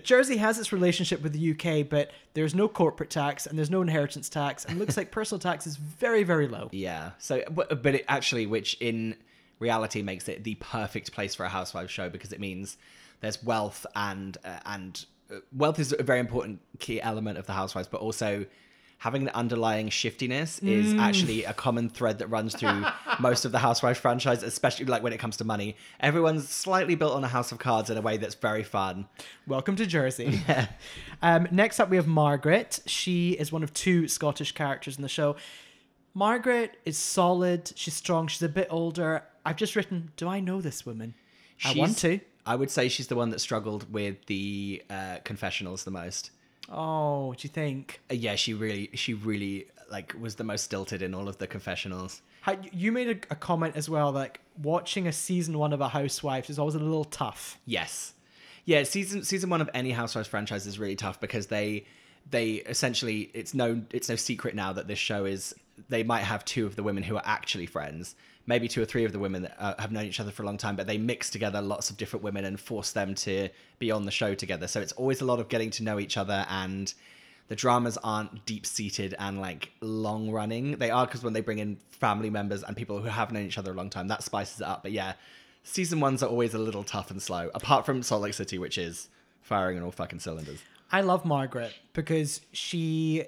G: Jersey has its relationship with the UK, but there's no corporate tax and there's no inheritance tax. And it looks like personal tax is very, very low.
F: Yeah. So, but, but it actually, which in reality makes it the perfect place for a housewife show because it means there's wealth and uh, and uh, wealth is a very important key element of the housewives, but also having the underlying shiftiness is actually a common thread that runs through most of the housewives franchise especially like when it comes to money everyone's slightly built on a house of cards in a way that's very fun
G: Welcome to Jersey. Um, next up, we have Margaret. She is one of two Scottish characters in the show. Margaret is solid. She's strong. She's a bit older. I've just written, do I know this woman? I want
F: She's-
G: to.
F: I would say she's the one that struggled with the uh, confessionals the most.
G: Oh, what do you think?
F: Uh, yeah, she really, she really like was the most stilted in all of the confessionals.
G: How, you made a, a comment as well, like watching a season one of a Housewives is always a little tough.
F: Yes, yeah. Season season one of any Housewives franchise is really tough because they they essentially it's no it's no secret now that this show is they might have two of the women who are actually friends, maybe two or three of the women that uh, have known each other for a long time, but they mix together lots of different women and force them to be on the show together. So it's always a lot of getting to know each other and. the dramas aren't deep seated and like long running. They are because when they bring in family members and people who have known each other a long time, that spices it up. But yeah, season ones are always a little tough and slow, apart from Salt Lake City, which is firing on all fucking cylinders.
G: I love Margaret because she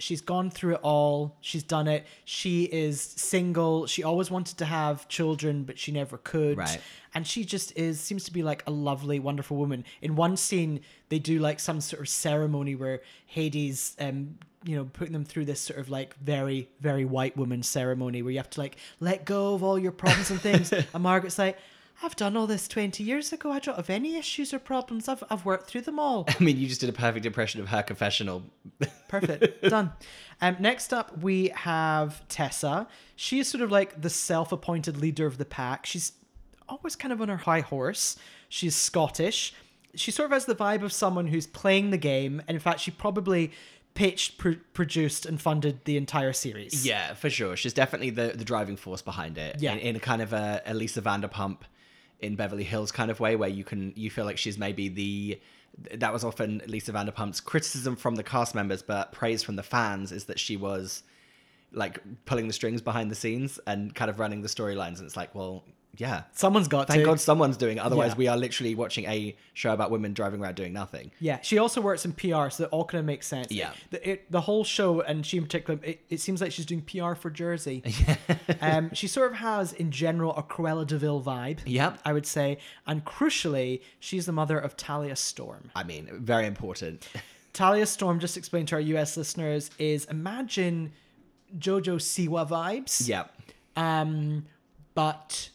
G: she's gone through it all. She's done it. She is single. She always wanted to have children, but she never could.
F: Right.
G: And she just is seems to be like a lovely, wonderful woman. In one scene, they do like some sort of ceremony where Hades um you know putting them through this sort of like very very white woman ceremony where you have to like let go of all your problems and things and margaret's like i've done all this 20 years ago i don't have any issues or problems i've, I've worked through them all
F: I mean, you just did a perfect impression of her confessional.
G: Perfect. Done. Um, next up, we have Tessa. She is sort of like the self appointed leader of the pack. She's always kind of on her high horse. She's Scottish. She sort of has the vibe of someone who's playing the game. And in fact, she probably pitched, pro- produced, and funded the entire series.
F: yeah, for sure. She's definitely the, the driving force behind it.
G: Yeah.
F: In, in a kind of a Elisa Vanderpump in Beverly Hills kind of way where you can you feel like she's maybe the that was often Lisa Vanderpump's criticism from the cast members, but praise from the fans is that she was like pulling the strings behind the scenes and kind of running the storylines. And it's like, well, yeah,
G: Someone's got
F: thank
G: to.
F: God someone's doing it. Otherwise,
G: Yeah.
F: we are literally watching a show about women driving around doing nothing.
G: Yeah, she also works in PR, so that all kind of makes sense.
F: Yeah.
G: the, it, the whole show, and she in particular, it, it seems like she's doing PR for Jersey. um, she sort of has, in general, a Cruella Deville vibe.
F: Yep.
G: I would say, and crucially, she's the mother of Talia Storm.
F: I mean, very important.
G: Talia Storm, just explain to our US listeners, is imagine JoJo Siwa vibes,
F: yeah.
G: um, but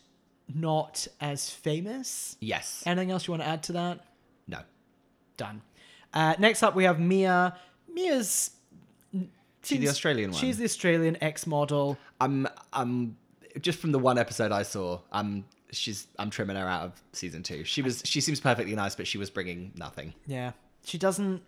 G: not as famous.
F: Yes.
G: Anything else you want to add to that?
F: no.
G: Done. Uh, next up, we have Mia. Mia's. She's
F: the Australian one?
G: She's the Australian ex model.
F: I'm I'm just from the one episode I saw. I'm she's I'm trimming her out of season two. She was she seems perfectly nice, but she was bringing nothing.
G: Yeah. She doesn't.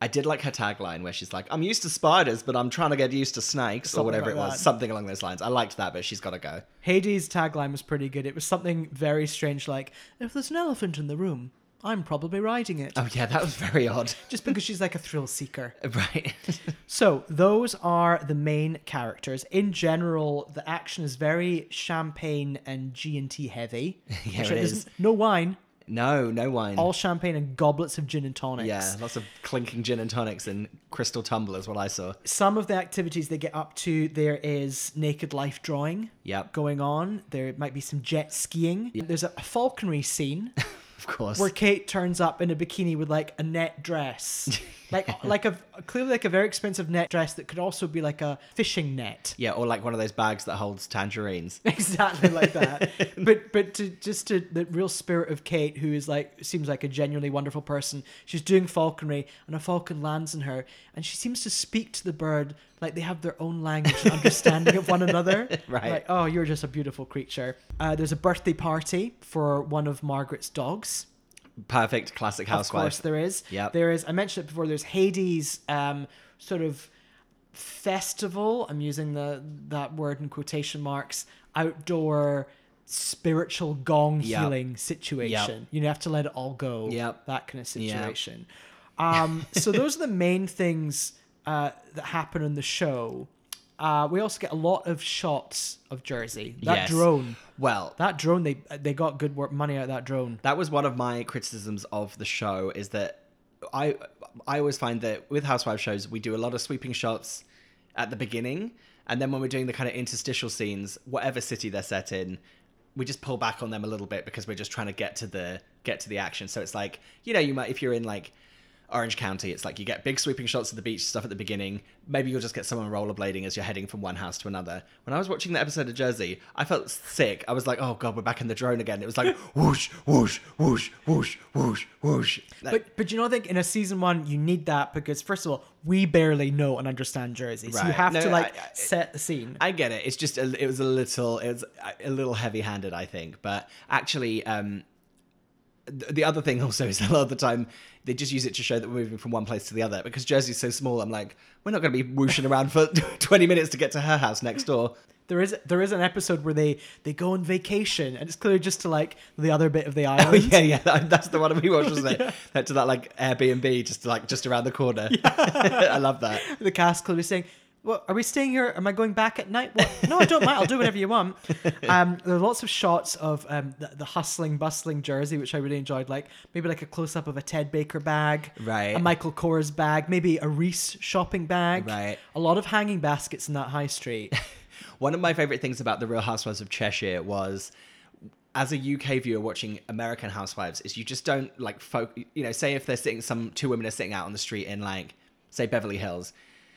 F: I did like her tagline where she's like, "I'm used to spiders, but I'm trying to get used to snakes or
G: Something
F: whatever
G: like
F: it was."
G: that.
F: Something along those lines. I liked that, but she's got to go.
G: Hades' tagline was pretty good. It was something very strange like, if there's an elephant in the room, I'm probably riding it.
F: Oh yeah, that was very odd.
G: Just because she's like a thrill seeker.
F: right.
G: So, those are the main characters. In general, the action is very champagne and G&T heavy.
F: Yeah,
G: Which
F: it
G: there's
F: is.
G: No wine,
F: no, no wine.
G: all champagne and goblets of gin and tonics.
F: yeah, lots of clinking gin and tonics and crystal tumblers. What I saw.
G: some of the activities they get up to there is naked life drawing
F: Yep.
G: going on there might be some jet skiing there's a falconry scene
F: Of course.
G: where kate turns up in a bikini with like a net dress like like a clearly like a very expensive net dress that could also be like a fishing net
F: yeah, or like one of those bags that holds tangerines.
G: exactly like that but but to just to the real spirit of kate who is like seems like a genuinely wonderful person she's doing falconry and a falcon lands on her and she seems to speak to the bird like they have their own language and understanding of one another
F: Right.
G: like oh you're just a beautiful creature uh, there's a birthday party for one of margaret's dogs
F: perfect classic
G: Of course,
F: housewife.
G: there is.
F: Yep.
G: There is. I mentioned it before. There's Hades, um, sort of festival. I'm using the that word in quotation marks. Outdoor spiritual gong
F: Yep.
G: healing situation. You have to let it all go.
F: Yep.
G: That kind of
F: Yep.
G: situation. Um, so those are the main things uh, that happen on the show. Uh, we also get a lot of shots of Jersey. That
F: Yes.
G: drone.
F: Well,
G: That drone. They they got good work money out of that drone.
F: Um, that was one of my criticisms of the show is that I I always find that with housewife shows we do a lot of sweeping shots at the beginning and then when we're doing the kind of interstitial scenes whatever city they're set in we just pull back on them a little bit because we're just trying to get to the get to the action so it's like you know you might if you're in like Orange County it's like you get big sweeping shots of the beach stuff at the beginning maybe you'll just get someone rollerblading as you're heading from one house to another when I was watching the episode of Jersey I felt sick I was like oh god we're back in the drone again it was like whoosh whoosh whoosh whoosh whoosh whoosh Like,
G: But but you know I think in a season one you need that because first of all we barely know and understand Jersey, so you
F: Right.
G: have
F: No,
G: to like
F: I- I-
G: set the scene.
F: I get it. It's just a, it was a little it was a little heavy-handed, I think. But actually, um, th- the other thing also is a lot of the time they just use it to show that we're moving from one place to the other because Jersey's so small. I'm like, we're not going to be whooshing around for 20 minutes to get to her house next door.
G: there is there is an episode where they they go on vacation and it's clearly just to like the other bit
F: Oh,
G: of the island.
F: yeah, yeah, that- that's the one we watched, wasn't it? That- to that like Airbnb, just like just around the corner. I love that.
G: The cast clearly saying. Well, are we staying here? Am I going back at night? What? No, I don't mind. I'll do whatever you want. Um, there are lots of shots of um, the, the hustling, bustling Jersey, which I really enjoyed. Like maybe like a close up of a Ted Baker bag,
F: Right.
G: A Michael Kors bag, maybe a Reese shopping bag,
F: Right.
G: A lot of hanging baskets in that high street.
F: One of my favorite things about the Real Housewives of Cheshire was as a UK viewer watching American Housewives is you just don't like folk you know say if they're sitting some two women are sitting out on the street in like say Beverly Hills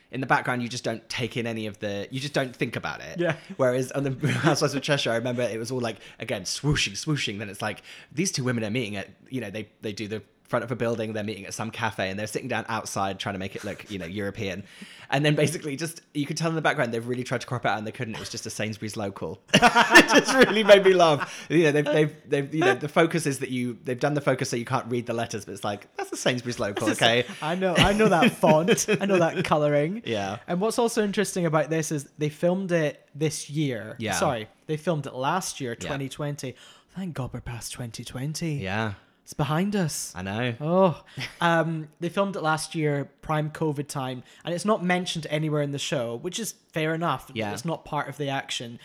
F: in the background you just don't take in any of the you just don't think about it
G: Yeah.
F: whereas on the Real Housewives of Cheshire I remember it was all like again swooshing swooshing then it's like these two women are meeting at you know they they do the front of a building they're meeting at some cafe and they're sitting down outside trying to make it look you know European and then basically just you could tell in the background they've really tried to crop it out and they couldn't it was just a Sainsbury's local it just really made me laugh. You know, they've, they've, they've, you know, the focus is that you, they've done the focus so you can't read the letters, but it's like, that's the Sainsbury's local, okay?
G: I know, I know that font. I know that coloring.
F: Yeah.
G: And what's also interesting about this is they filmed it this year.
F: Yeah.
G: Sorry, they filmed it last year, 2020. Thank God we're past 2020.
F: Yeah,
G: It's behind us.
F: I know.
G: Oh, um, they filmed it last year, prime COVID time, and it's not mentioned anywhere in the show, which is fair enough.
F: Yeah.
G: It's not part of the action.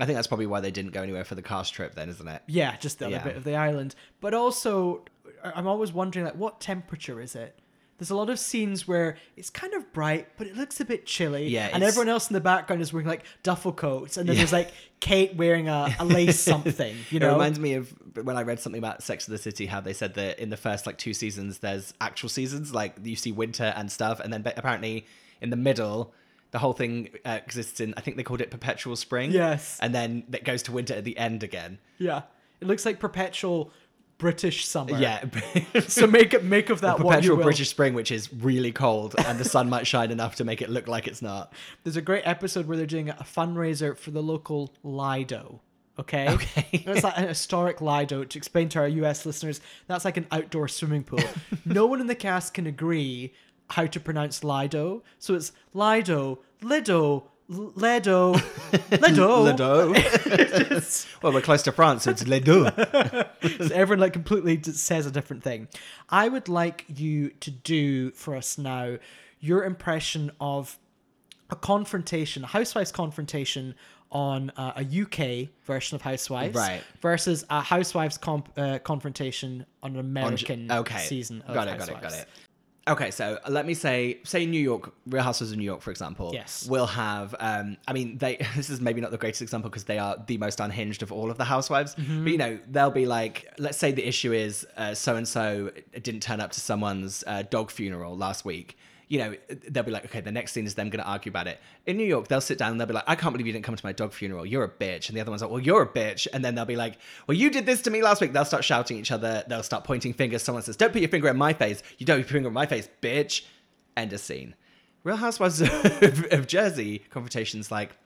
F: I think that's probably why they didn't go anywhere for the cast trip then, isn't it?
G: Yeah, just the other
F: Yeah.
G: bit of the island. But also, I- I'm always wondering like, what temperature is it? There's a lot of scenes where it's kind of bright, but it looks a bit chilly.
F: Yeah,
G: and
F: it's-
G: everyone else in the background is wearing like duffel coats, and then
F: Yeah.
G: there's like Kate wearing a, a lace something. You know,
F: It reminds me of when I read something about Sex of the City, how they said that in the first like two seasons, there's actual seasons, like you see winter and stuff, and then ba- apparently in the middle, the whole thing uh, exists in, I think they called it perpetual spring.
G: Yes.
F: And then it goes to winter at the end again.
G: yeah, it looks like perpetual British summer.
F: Yeah.
G: So make it make of that what you
F: perpetual
G: will.
F: British spring, which is really cold, and the sun might shine enough to make it look like it's not.
G: There's a great episode where they're doing a fundraiser for the local Lido. Okay. Okay. it's like an historic Lido to explain to our US listeners that's like an outdoor swimming pool. no one in the cast can agree how to pronounce Lido. So it's Lido, Lido, L- Ledo, Lido.
F: Ledo. well, we're close to France, so it's Ledo.
G: So everyone like completely d- says a different thing. I would like you to do for us now your impression of a confrontation, a housewives confrontation on uh, a UK version of Housewives,
F: Right.
G: versus a housewives comp- uh, confrontation on an American
F: Okay.
G: season of
F: got it,
G: Housewives.
F: got it, got it. Okay, so let me say, say New York, Real Housewives of New York, for example,
G: Yes.
F: will have. Um, I mean, they. This is maybe not the greatest example because they are the most unhinged of all of the housewives. But you know, they'll be like, let's say the issue is so and so didn't turn up to someone's uh, dog funeral last week. You know, they'll be like, okay, the next scene is them going to argue about it. In New York, they'll sit down and they'll be like, I can't believe you didn't come to my dog funeral. You're a bitch. And the other one's like, well, you're a bitch. And then they'll be like, well, you did this to me last week. They'll start shouting at each other. They'll start pointing fingers. Someone says, don't put your finger in my face. You don't put your finger in my face, bitch end of scene. Real Housewives of, of Jersey confrontations like,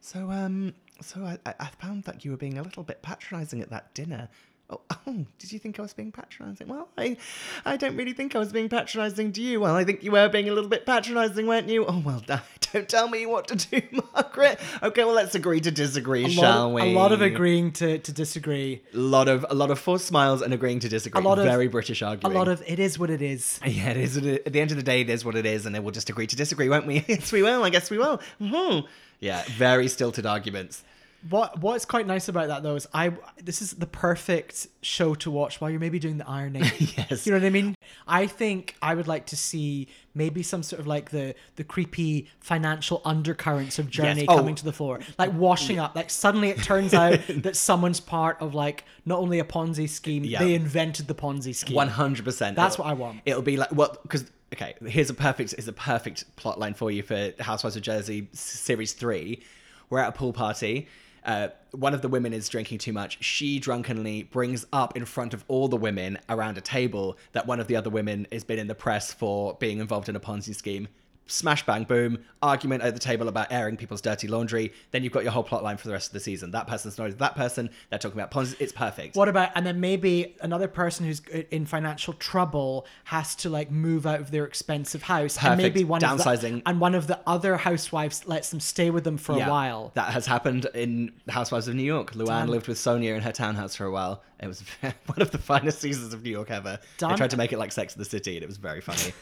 F: so um, so I, I I found that you were being a little bit patronising at that dinner. Oh, oh, did you think I was being patronizing? Well, I, I don't really think I was being patronizing to you. Well, I think you were being a little bit patronizing, weren't you? Oh, well, d- don't tell me what to do, Margaret. Okay, well, let's agree to disagree,
G: A lot,
F: shall
G: of,
F: we?
G: a lot of agreeing to, to disagree.
F: A lot of, a lot of forced smiles and agreeing to disagree.
G: lot of-
F: Very British
G: A
F: arguing.
G: lot of it is what it is.
F: Yeah, it is. what it- At the end of the day, it is what it is, and then we'll just agree to disagree, won't we? yes, we will. I guess we will. hmm Yeah, very stilted arguments.
G: What What's quite nice about that though is I this is the perfect show to watch while you're maybe doing the ironing.
F: Yes.
G: you know what I mean. I think I would like to see maybe some sort of like the the creepy financial undercurrents of Journey
F: Oh.
G: coming to the floor, like washing up. Like suddenly it turns out that someone's part of like not only a Ponzi scheme,
F: Yeah.
G: they invented the Ponzi scheme.
F: One hundred percent.
G: That's what I want.
F: It'll be like well, because okay, here's a perfect is a perfect plot line for you for Housewives of Jersey s- series three. We're at a pool party. Uh, one of the women is drinking too much. She drunkenly brings up in front of all the women around a table that one of the other women has been in the press for being involved in a Ponzi scheme. Smash bang boom, argument at the table about airing people's dirty laundry. Then you've got your whole plot line for the rest of the season. That person's not that person. They're talking about Ponzi. It's perfect.
G: What about and then maybe another person who's in financial trouble has to like move out of their expensive house and
F: Perfect.
G: maybe one of
F: Downsizing.
G: the, and one of the other housewives lets them stay with them for
F: Yeah,
G: a while.
F: That has happened in Housewives of New York. Luann lived with Sonia in her townhouse for a while. It was one of the finest seasons of New York ever. They
G: Done.
F: tried to make it like Sex and the City, and it was very funny.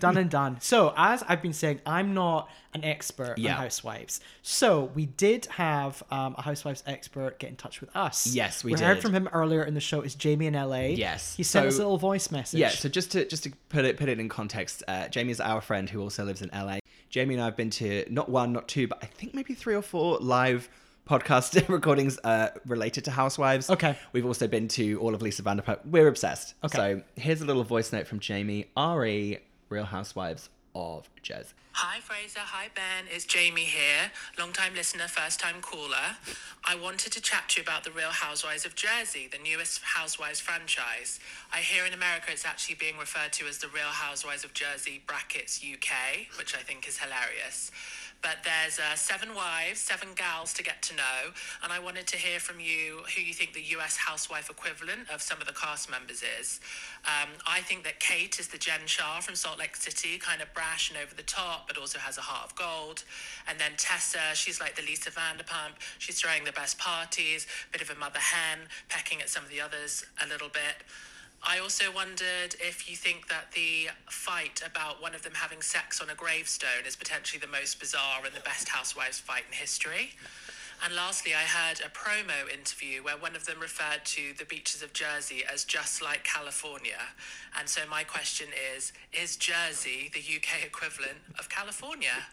G: done and done. So as I've been saying, I'm not an expert
F: Yeah.
G: on housewives. So we did have um, a housewives expert get in touch with us.
F: Yes, we
G: heard
F: did.
G: from him earlier in the show. It's Jamie in LA.
F: Yes.
G: he sent us a
F: So-
G: little voice message.
F: yeah. So just to just to put it put it in context, uh, Jamie is our friend who also lives in LA. Jamie and I have been to not one, not two, but I think maybe three or four live podcast recordings uh, related to Housewives.
G: Okay.
F: We've also been to all of Lisa Vanderpump. We're obsessed.
G: Okay.
F: So here's a little voice note from Jamie. Re Real Housewives of Jersey.
I: Hi Fraser, hi Ben, it's Jamie here, long time listener, first time caller. I wanted to chat to you about the Real Housewives of Jersey, the newest Housewives franchise. I hear in America it's actually being referred to as the Real Housewives of Jersey brackets UK, which I think is hilarious. But there's uh, seven wives, seven gals to get to know, and I wanted to hear from you who you think the US housewife equivalent of some of the cast members is. Um, I think that Kate is the Jen Shah from Salt Lake City, kind of brash and over the top, but also has a heart of gold. And then Tessa, she's like the Lisa Vanderpump. She's throwing the best parties, bit of a mother hen, pecking at some of the others a little bit. I also wondered if you think that the fight about one of them having sex on a gravestone is potentially the most bizarre and the best housewives fight in history. And lastly, I heard a promo interview where one of them referred to the beaches of Jersey as just like California. And so my question is Is Jersey the UK equivalent of California?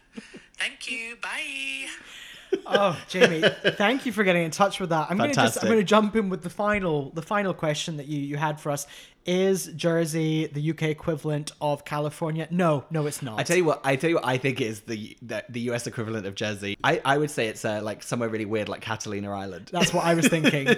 I: Thank you. Bye.
G: Oh, Jamie, thank you for getting in touch with that. I'm going to just
F: Fantastic.
G: I'm going to jump in with the final the final question that you you had for us. Is Jersey the UK equivalent of California? No, no, it's not.
F: I tell you what, I tell you what, I think is the the, the US equivalent of Jersey. I, I would say it's uh, like somewhere really weird, like Catalina Island.
G: That's what I was thinking.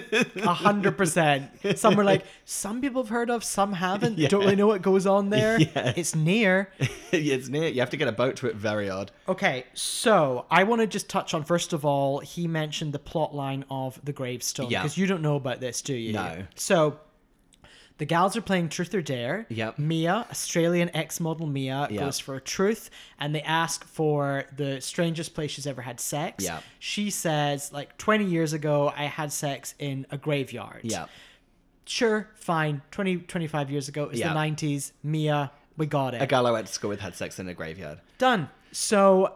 G: A hundred percent. Some were like, some people have heard of, some haven't. Don't really know what goes on there.
F: Yeah.
G: It's near.
F: it's near. You have to get a boat to it. Very odd.
G: Okay, so I want to just touch on first of all, he mentioned the plot line of the gravestone
F: Yeah.
G: because you don't know about this, do you?
F: No.
G: So the gals are playing Truth or Dare.
F: Yep.
G: Mia, Australian ex-model Mia,
F: Yep.
G: goes for a truth, and they ask for the strangest place she's ever had sex.
F: Yep.
G: She says, like, 20 years ago, I had sex in a graveyard.
F: Yeah.
G: Sure, fine. 20, 25 years ago, it's
F: Yep.
G: the 90s. Mia, we got it
F: A girl I went to school with had sex in a graveyard.
G: done. So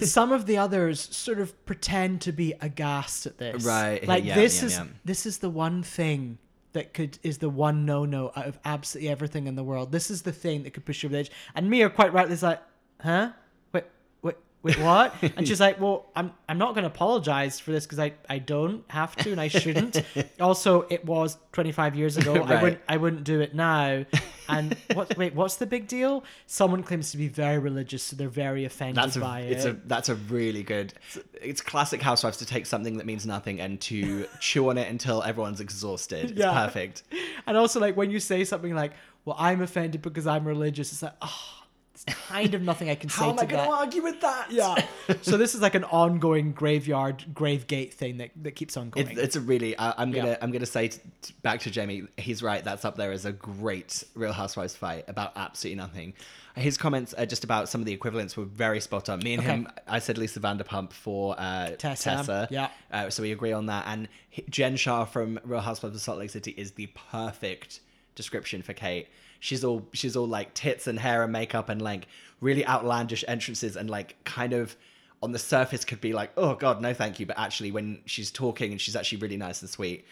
G: some of the others sort of pretend to be aghast at this.
F: Right,
G: Like
F: yeah,
G: this
F: yeah,
G: is
F: yeah.
G: this is the one thing that could is the one no no out of absolutely everything in the world. This is the thing that could push you over the edge. And Mia quite rightly is like, huh? Wait wait wait what? and she's like, Well, I'm I'm not gonna apologize for this because I, I don't have to and I shouldn't. also it was twenty five years ago. I
F: Right.
G: wouldn't I wouldn't do it now. And what? Wait, what's the big deal? Someone claims to be very religious, so they're very offended
F: That's a,
G: by
F: it's
G: it.
F: a that's a really good. It's classic housewives to take something that means nothing and to chew on it until everyone's exhausted. It's
G: Yeah.
F: perfect.
G: and also, like when you say something like, "Well, I'm offended because I'm religious," it's like, oh, It's kind of nothing I can say
F: How am
G: to
F: I going
G: that.
F: to argue with that?
G: Yeah. so this is like an ongoing graveyard, grave gate thing that, that keeps on going.
F: It's, it's a really. I, I'm gonna.
G: Yeah.
F: I'm gonna say t- t- back to Jamie. He's right. That's up there as a great Real Housewives fight about absolutely nothing. His comments are just about some of the equivalents were very spot on. Me and
G: Okay.
F: him. I said Lisa Vanderpump for uh,
G: Tessa,
F: Tessa.
G: yeah.
F: Uh, so we agree on that. And h- Jen Shah from Real Housewives of Salt Lake City is the perfect description for Kate. She's all she's all like tits and hair and makeup and like really outlandish entrances and like kind of on the surface could be like oh god no thank you but actually when she's talking and she's actually really nice and sweet.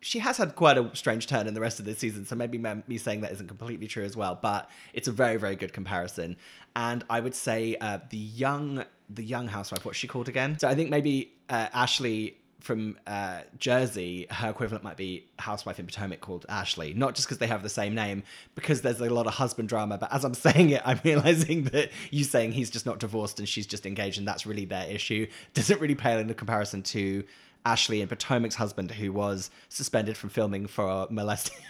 F: She has had quite a strange turn in the rest of the season, so maybe me me saying that isn't completely true as well. But it's a very, very good comparison, and I would say uh, the young, the young housewife, what's she called again? So I think maybe uh, Ashley from uh, Jersey, her equivalent might be housewife in Potomac called Ashley. Not just because they have the same name, because there's a lot of husband drama. But as I'm saying it, I'm realizing that you saying he's just not divorced and she's just engaged, and that's really their issue doesn't really pale in comparison to Ashley and Potomac's husband, who was suspended from filming for molesting.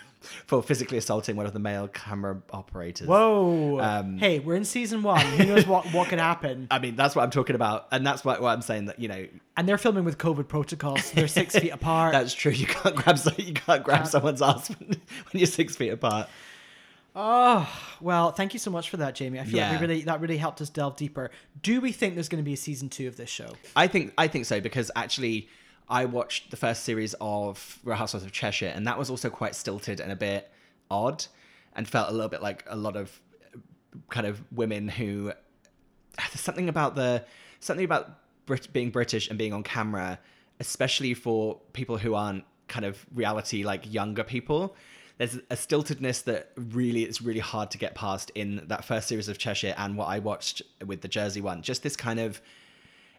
F: For physically assaulting one of the male camera operators.
G: Whoa.
F: Um,
G: hey, we're in season one. Who knows what, what could happen?
F: I mean, that's what I'm talking about, and that's why, why I'm saying that you know
G: And they're filming with COVID protocols. They're six feet apart.
F: That's true. You can't grab so you can't grab someone's ass when, when you're six feet apart.
G: Well, thank you so much for that, Jamie. I feel like
F: Yeah.
G: we really that really helped us delve deeper. Do we think there's going to be a season two of this show?
F: I think I think so because actually I watched the first series of Real Housewives of Cheshire and that was also quite stilted and a bit odd and felt a little bit like a lot of kind of women who there's something about the something about Brit- being British and being on camera, especially for people who aren't kind of reality like younger people. There's a stiltedness that really it's really hard to get past in that first series of Cheshire and what I watched with the Jersey one. Just this kind of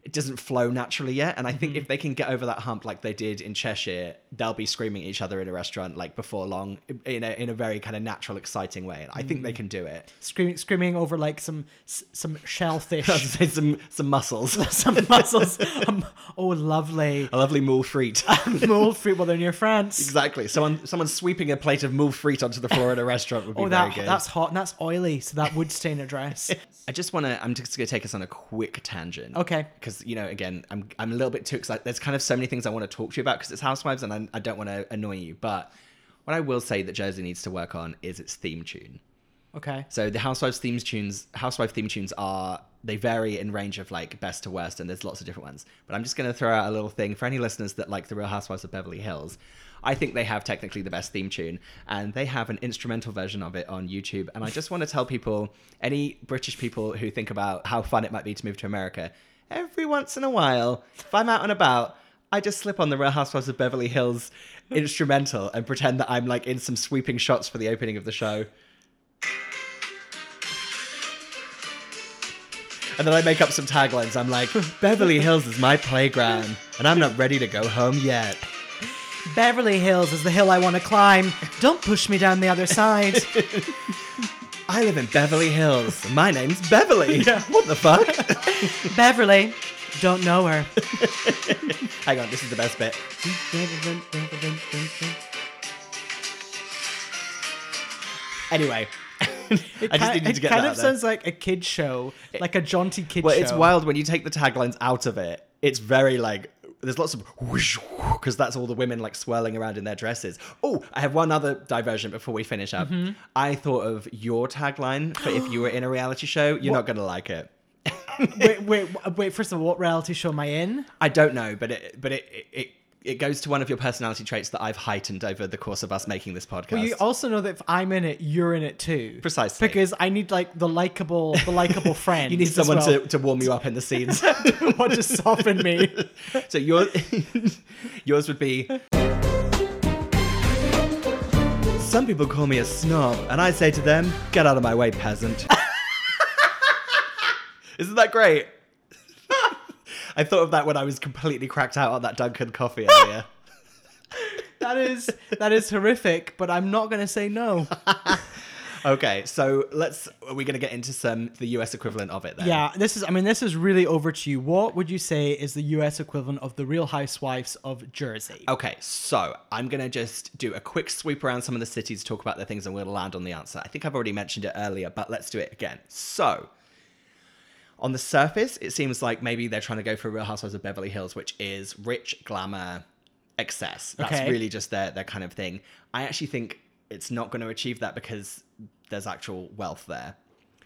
F: it doesn't flow naturally yet. And I
G: Mm-hmm.
F: think if they can get over that hump like they did in Cheshire, they'll be screaming at each other in a restaurant like before long in a in a very kind of natural, exciting way. And I think they
G: Mm.
F: can do it.
G: Screaming, screaming over like some s-
F: I
G: some
F: was
G: shellfish,
F: gonna say some some muscles.
G: some mussels. Um, oh, lovely
F: A lovely moule frite.
G: mole fruit while they're near France.
F: exactly. Someone someone sweeping a plate of moule frite onto the floor at a restaurant would be
G: Oh,
F: very
G: that
F: good.
G: that's hot and that's oily, so that would stain a dress.
F: I just want to. I'm just going to take us on a quick tangent.
G: Okay.
F: Because you know, again, I'm I'm a little bit too excited. There's kind of so many things I want to talk to you about because it's Housewives, and I, I don't want to annoy you. But what I will say that Jersey needs to work on is its theme tune.
G: Okay.
F: So the Housewives themes tunes, Housewife theme tunes are they vary in range of like best to worst, and there's lots of different ones. But I'm just going to throw out a little thing for any listeners that like the Real Housewives of Beverly Hills. I think they have technically the best theme tune, and they have an instrumental version of it on YouTube. And I just want to tell people, any British people who think about how fun it might be to move to America, every once in a while, if I'm out and about. I just slip on the Real Housewives of Beverly Hills instrumental and pretend that I'm like in some sweeping shots for the opening of the show. And then I make up some taglines. I'm like, Beverly Hills is my playground, and I'm not ready to go home yet.
G: Beverly Hills is the hill I want to climb. Don't push me down the other side.
F: I live in Beverly Hills. and My name's Beverly. What the fuck?
G: Beverly, don't know her.
F: Hang on, this is the best bit. Anyway, I just needed to
G: Ki-
F: get
G: It
F: that
G: kind
F: out
G: of
F: there.
G: sounds like a kid show, like a jaunty kid
F: well,
G: show.
F: it's wild when you take the taglines out of it. It's very like there's lots of whoosh because that's all the women like swirling around in their dresses. Oh, I have one other diversion before we finish up.
G: Mm-hmm.
F: I thought of your tagline for if you were in a reality show. You're not gonna like it.
G: Wait, wait, w- wait. First of all, what reality show am I in?
F: I don't know, but it but it it- it it goes to one of your personality traits that I've heightened over the course of us making this podcast.
G: But you also know that if I'm in it, you're in it too.
F: Precisely.
G: Because I need like the likable, the likable friend.
F: You need someone to, to warm you up in the scenes.
G: to want to soften me.
F: so your, yours would be. Some people call me a snob, and I say to them, "Get out of my way, peasant." Isn't that great? I thought of that when I was completely cracked out on that Dunkin' coffee earlier.
G: That is that is horrific. But I'm not going to say no.
F: Okay, so let's. Are we going to get into some the US equivalent of it then?
G: Yeah, this is. I mean, this is really over to you. What would you say is the U.S. equivalent of the Real Housewives of Jersey?
F: Okay, so I'm going to just do a quick sweep around some of the cities, talk about the things, and we'll land on the answer. I think I've already mentioned it earlier, but let's do it again. So, on the surface, it seems like maybe they're trying to go for Real Housewives of Beverly Hills, which is rich, glamour, excess. That's
G: Okay.
F: really just their, their kind of thing. I actually think it's not going to achieve that because there's actual wealth there.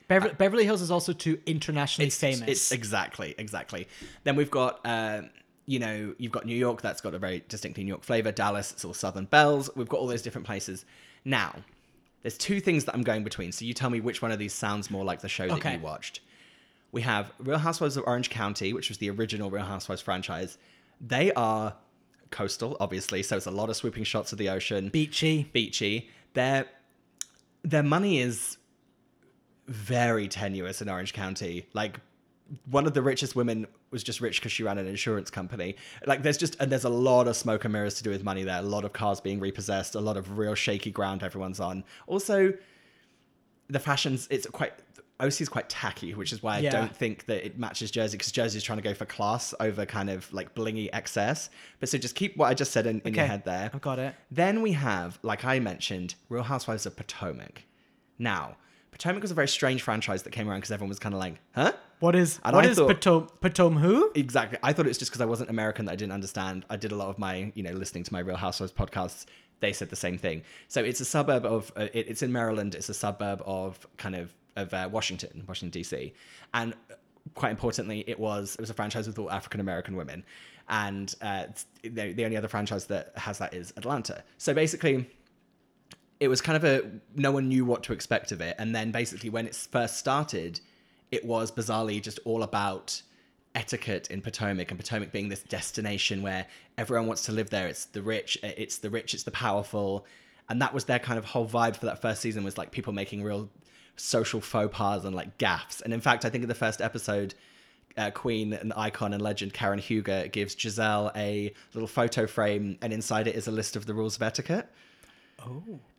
G: Bever- Beverly Hills is also too internationally famous.
F: It's exactly, exactly. Then we've got, uh, you know, you've got New York. That's got a very distinctly New York flavor. Dallas, it's all Southern bells. We've got all those different places. Now, there's two things that I'm going between. So you tell me which one of these sounds more like the show that
G: Okay.
F: you watched. We have Real Housewives of Orange County, which was the original Real Housewives franchise. They are coastal, obviously, so it's a lot of swooping shots of the ocean
G: beachy.
F: beachy. Their their money is very tenuous in Orange County. Like one of the richest women was just rich because she ran an insurance company. Like there's just and there's a lot of smoke and mirrors to do with money there. A lot of cars being repossessed. A lot of real shaky ground everyone's on. Also, the fashions it's quite. OC is quite tacky, which is why I
G: Yeah.
F: don't think that it matches Jersey because Jersey's trying to go for class over kind of like blingy excess. But so just keep what I just said in, in your
G: Okay,
F: head there.
G: I've got it.
F: Then we have, like I mentioned, Real Housewives of Potomac. Now, Potomac was a very strange franchise that came around because everyone was kind of like, huh?
G: What is
F: And
G: what
F: I
G: is
F: thought-
G: Potom Potom who?
F: Exactly. I thought it was just because I wasn't American that I didn't understand. I did a lot of my, you know, listening to my Real Housewives podcasts. They said the same thing. So it's a suburb of, uh, it, it's in Maryland. It's a suburb of kind of of uh, Washington, Washington D.C. And uh, quite importantly, it was it was a franchise with all African American women. And uh, it's- the, the only other franchise that has that is Atlanta. So basically, it was kind of a no one knew what to expect of it and then basically when it first started it was bizarrely just all about etiquette in potomac and potomac being this destination where everyone wants to live there it's the rich eh, it's the rich it's the powerful and that was their kind of whole vibe for that first season was like people making real social faux pas and like gaffes and in fact i think in the first episode uh, queen and icon and legend karen huger gives giselle a little photo frame and inside it is a list of the rules of etiquette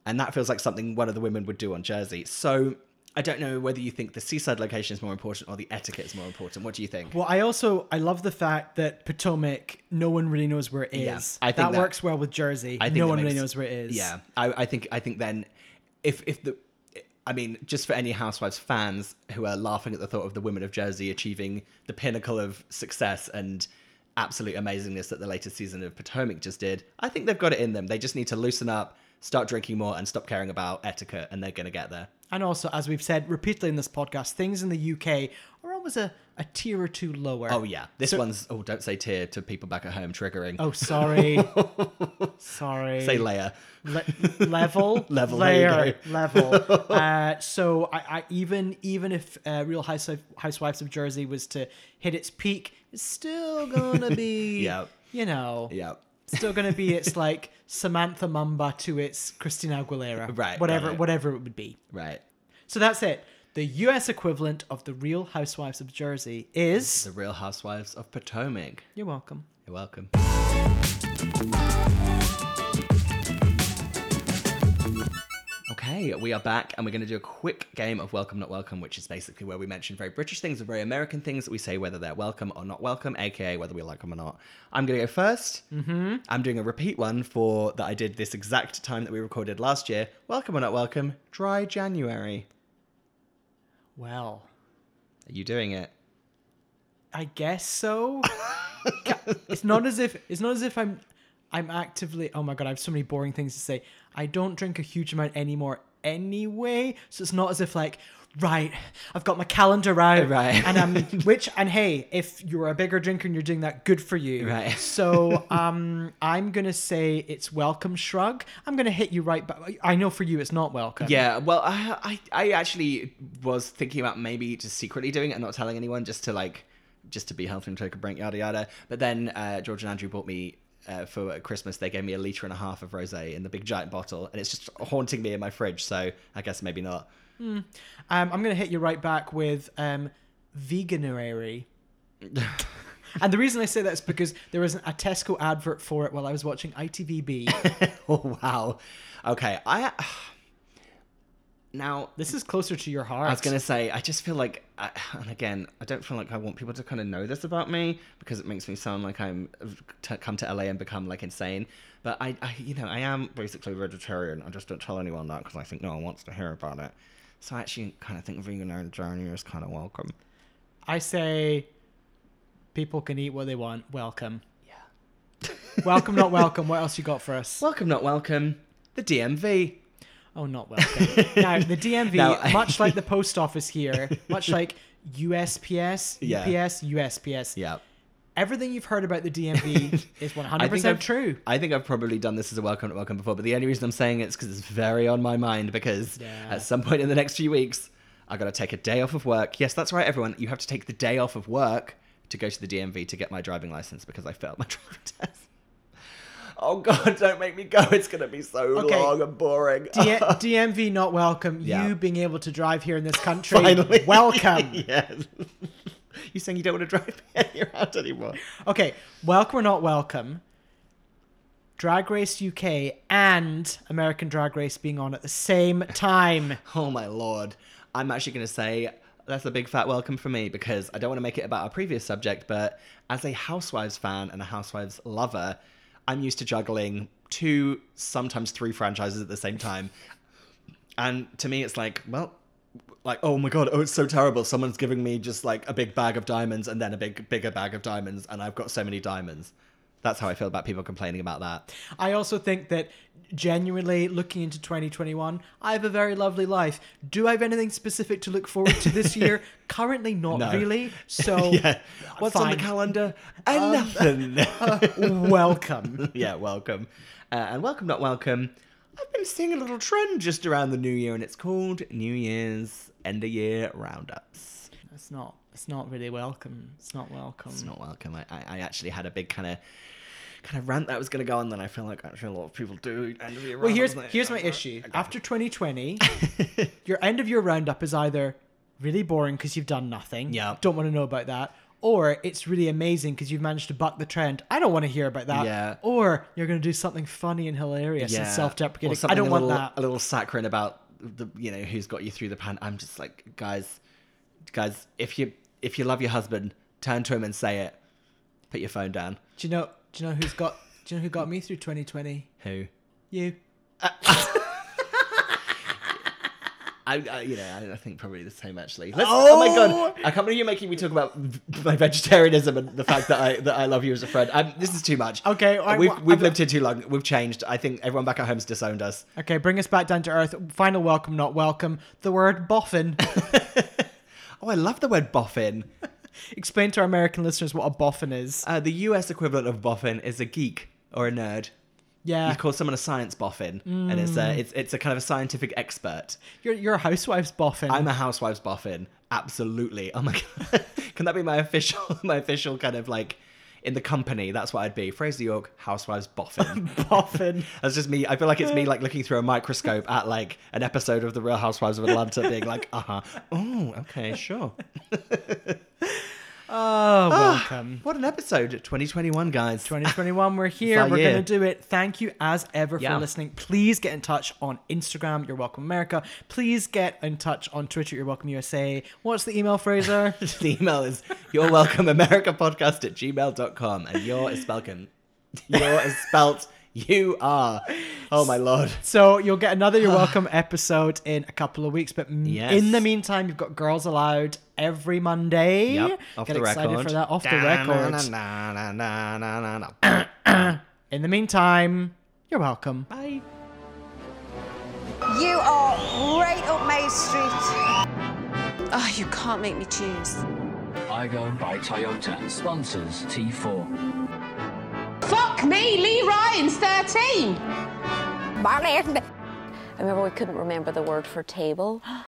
F: and that feels like something one of the women would do on Jersey. So I don't know whether you think the seaside location is more important or the etiquette is more important. What do you think?
G: Well, I also I love the fact that Potomac, no one really knows where it is.
F: Yeah, I think
G: that,
F: that-
G: works well with Jersey.
F: I think
G: no
F: that
G: one
F: makes-
G: really knows where it is.
F: Yeah, I, I think I think then if if the I mean, just for any Housewives fans who are laughing at the thought of the women of Jersey achieving the pinnacle of success and absolute amazingness that the latest season of Potomac just did, I think they've got it in them. They just need to loosen up, start drinking more, and stop caring about etiquette, and they're going to get there.
G: And also, as we've said repeatedly in this podcast, things in the UK are always a, a tier or two lower.
F: Oh yeah, this one's oh don't say tear to people back at home triggering.
G: Oh, sorry. sorry.
F: Say layer.
G: Le- level,
F: Level, there you
G: layer, level. Uh, so I, I even even if uh, Real Housewife, Housewives of Jersey was to hit its peak, it's still gonna be,
F: Yeah.
G: you know,
F: Yeah.
G: still gonna be. It's like Samantha Mumba to its Christina Aguilera,
F: Right,
G: Whatever,
F: right.
G: whatever it would be.
F: Right.
G: So that's it. The U.S. equivalent of the Real Housewives of Jersey is.
F: The Real Housewives of Potomac.
G: You're welcome.
F: You're welcome. Okay, we are back and we're going to do a quick game of Welcome Not Welcome, which is basically where we mention very British things and very American things. We say whether they're welcome or not welcome, aka whether we like them or not. I'm going to go 1st Mm-hmm. I'm doing a repeat one for that I did this exact time that we recorded last year. Welcome or not welcome, dry January.
G: Well,
F: Are you doing it?
G: I guess so. Ca- it's not as if it's not as if I'm I'm actively oh my god, I have so many boring things to say. I don't drink a huge amount anymore anyway. So it's not as if like right, I've got my calendar out.
F: Right.
G: And um which and hey, if you're a bigger drinker and you're doing that, good for you.
F: Right.
G: So um I'm gonna say it's welcome shrug. I'm gonna hit you right back. I know for you it's not welcome.
F: Yeah, well, I, I I actually was thinking about maybe just secretly doing it and not telling anyone, just to like, just to be healthy and take a break, yada yada. But then uh, George and Andrew bought me uh, for Christmas. They gave me a liter and a half of rosé in the big giant bottle, and it's just haunting me in my fridge. So I guess maybe not.
G: Um, I'm going to hit you right back with um, veganuary. and the reason I say that is because there was a Tesco advert for it while I was watching ITVB.
F: Oh wow. Okay, I Now,
G: This is closer to your heart.
F: I was going to say, I just feel like, I, and again, I don't feel like I want people to kind of know this about me because it makes me sound like I'm to come to LA and become like insane. But I, I you know, I am basically vegetarian. I just don't tell anyone that because I think no one wants to hear about it. So I actually kind of think vegan and journey is kind of welcome.
G: I say people can eat what they want. Welcome. Yeah. welcome, not welcome. What else you got for us?
F: Welcome, not welcome. The DMV.
G: Oh, not welcome. now, the DMV,
F: No, I-
G: much like the post office here, much like USPS,
F: Yeah.
G: UPS, USPS,
F: Yeah.
G: everything you've heard about the DMV is 100%
F: I've-
G: true.
F: I think I've probably done this as a welcome, not welcome before, but the only reason I'm saying it's because it's very on my mind. Because
G: Yeah.
F: at some point in the next few weeks, I got to take a day off of work. Yes, that's right, everyone. You have to take the day off of work to go to the DMV to get my driving license because I failed my driving test. Oh God, don't make me go. It's gonna be so
G: Okay.
F: long and boring.
G: D- DMV, not welcome.
F: Yeah.
G: You being able to drive here in this country,
F: Finally.
G: welcome.
F: yes. you saying you don't want to drive me around anymore?
G: Okay, welcome or not welcome. Drag Race UK and American Drag Race being on at the same time.
F: Oh my lord. I'm actually going to say that's a big fat welcome for me because I don't want to make it about our previous subject, but as a Housewives fan and a Housewives lover, I'm used to juggling two, sometimes three franchises at the same time. And to me, it's like, well, like, oh my god, oh, it's so terrible. Someone's giving me just like a big bag of diamonds and then a big, bigger bag of diamonds, and I've got so many diamonds. That's how I feel about people complaining about that.
G: I also think that genuinely looking into 2021, I have a very lovely life. Do I have anything specific to look forward to this year? Currently, not
F: No.
G: really. So,
F: yeah. Um, What's on the
G: fine.
F: calendar? And nothing.
G: welcome.
F: yeah, welcome. Uh, and welcome, not welcome. I've been seeing a little trend just around the new year, and it's called New Year's End of Year Roundups.
G: It's not. It's not really welcome. It's not welcome.
F: It's not welcome. I, I, I actually had a big kind of kind of rant that I was going to go on, then I feel like actually a lot of people do end of year.
G: well, here's
F: roundups.
G: here's my issue. After 2020, your end of your roundup is either really boring because you've done nothing.
F: Yeah.
G: Don't want to know about that. Or it's really amazing because you've managed to buck the trend. I don't want to hear about that.
F: Yeah.
G: Or you're going to do something funny and hilarious and
F: Or
G: self-deprecating. I
F: something
G: don't
F: a
G: want
F: little-
G: that.
F: A little saccharine about the you know who's got you through the pan. I'm just like guys, guys. If you if you love your husband, turn to him and say it. Put your phone down.
G: Do you know? Do you know who's got? Do you know who got me through 2020?
F: Who?
G: You.
F: I, I you know, I, I think probably the same actually. Let's, oh! my god! I can't believe you're making me talk about v- my vegetarianism and the fact that I that I love you as a friend. I'm, this is too much. Uh,
G: Okay, I-
F: we've
G: I'm-
F: we've lived here too long. We've changed. I think everyone back at home's disowned us.
G: Okay, bring us back down to earth. Final welcome, not welcome. The word boffin.
F: Oh, I love the word boffin.
G: Explain to our American listeners what a boffin is.
F: Uh, the U.S. equivalent of boffin is a geek or a nerd.
G: Yeah,
F: You call someone a science boffin, and it's a it's it's a kind of a scientific expert.
G: you're, you're a housewife's boffin.
F: I'm a housewives boffin, absolutely. Oh my god, can that be my official my official kind of like in the company? That's what I'd be. Fraser York, housewives boffin.
G: boffin.
F: That's just me. I feel like it's me like looking through a microscope at like an episode of The Real Housewives of Atlanta, being like, uh huh, oh okay, sure. Ah,
G: Oh, welcome.
F: What an episode, 2021, guys.
G: 2021, we're here.
F: our
G: We're
F: year.
G: going to do it. Thank you as ever
F: Yeah.
G: for listening. Please get in touch on Instagram, You're Welcome America. Please get in touch on Twitter, You're Welcome USA. What's the email, Fraser?
F: the email is you're welcome America podcast at gmail.com and your is spelled your is spelt you are. Oh my lord.
G: So you'll get another You're Welcome episode in a couple of weeks. But m-
F: Yes.
G: in the meantime, you've got Girls Allowed every Monday.
F: Yep, off
G: get
F: the
G: excited
F: record.
G: for that off the record.
F: Na, na, na, na, na, na.
G: In the meantime, you're welcome. Bye.
A: You are right up my street.
B: Oh, you can't make me choose.
C: Igo by Toyota sponsors T4.
D: Fuck me, Lee Ryan's 13.
A: Ball end.
E: I remember we couldn't remember the word for table.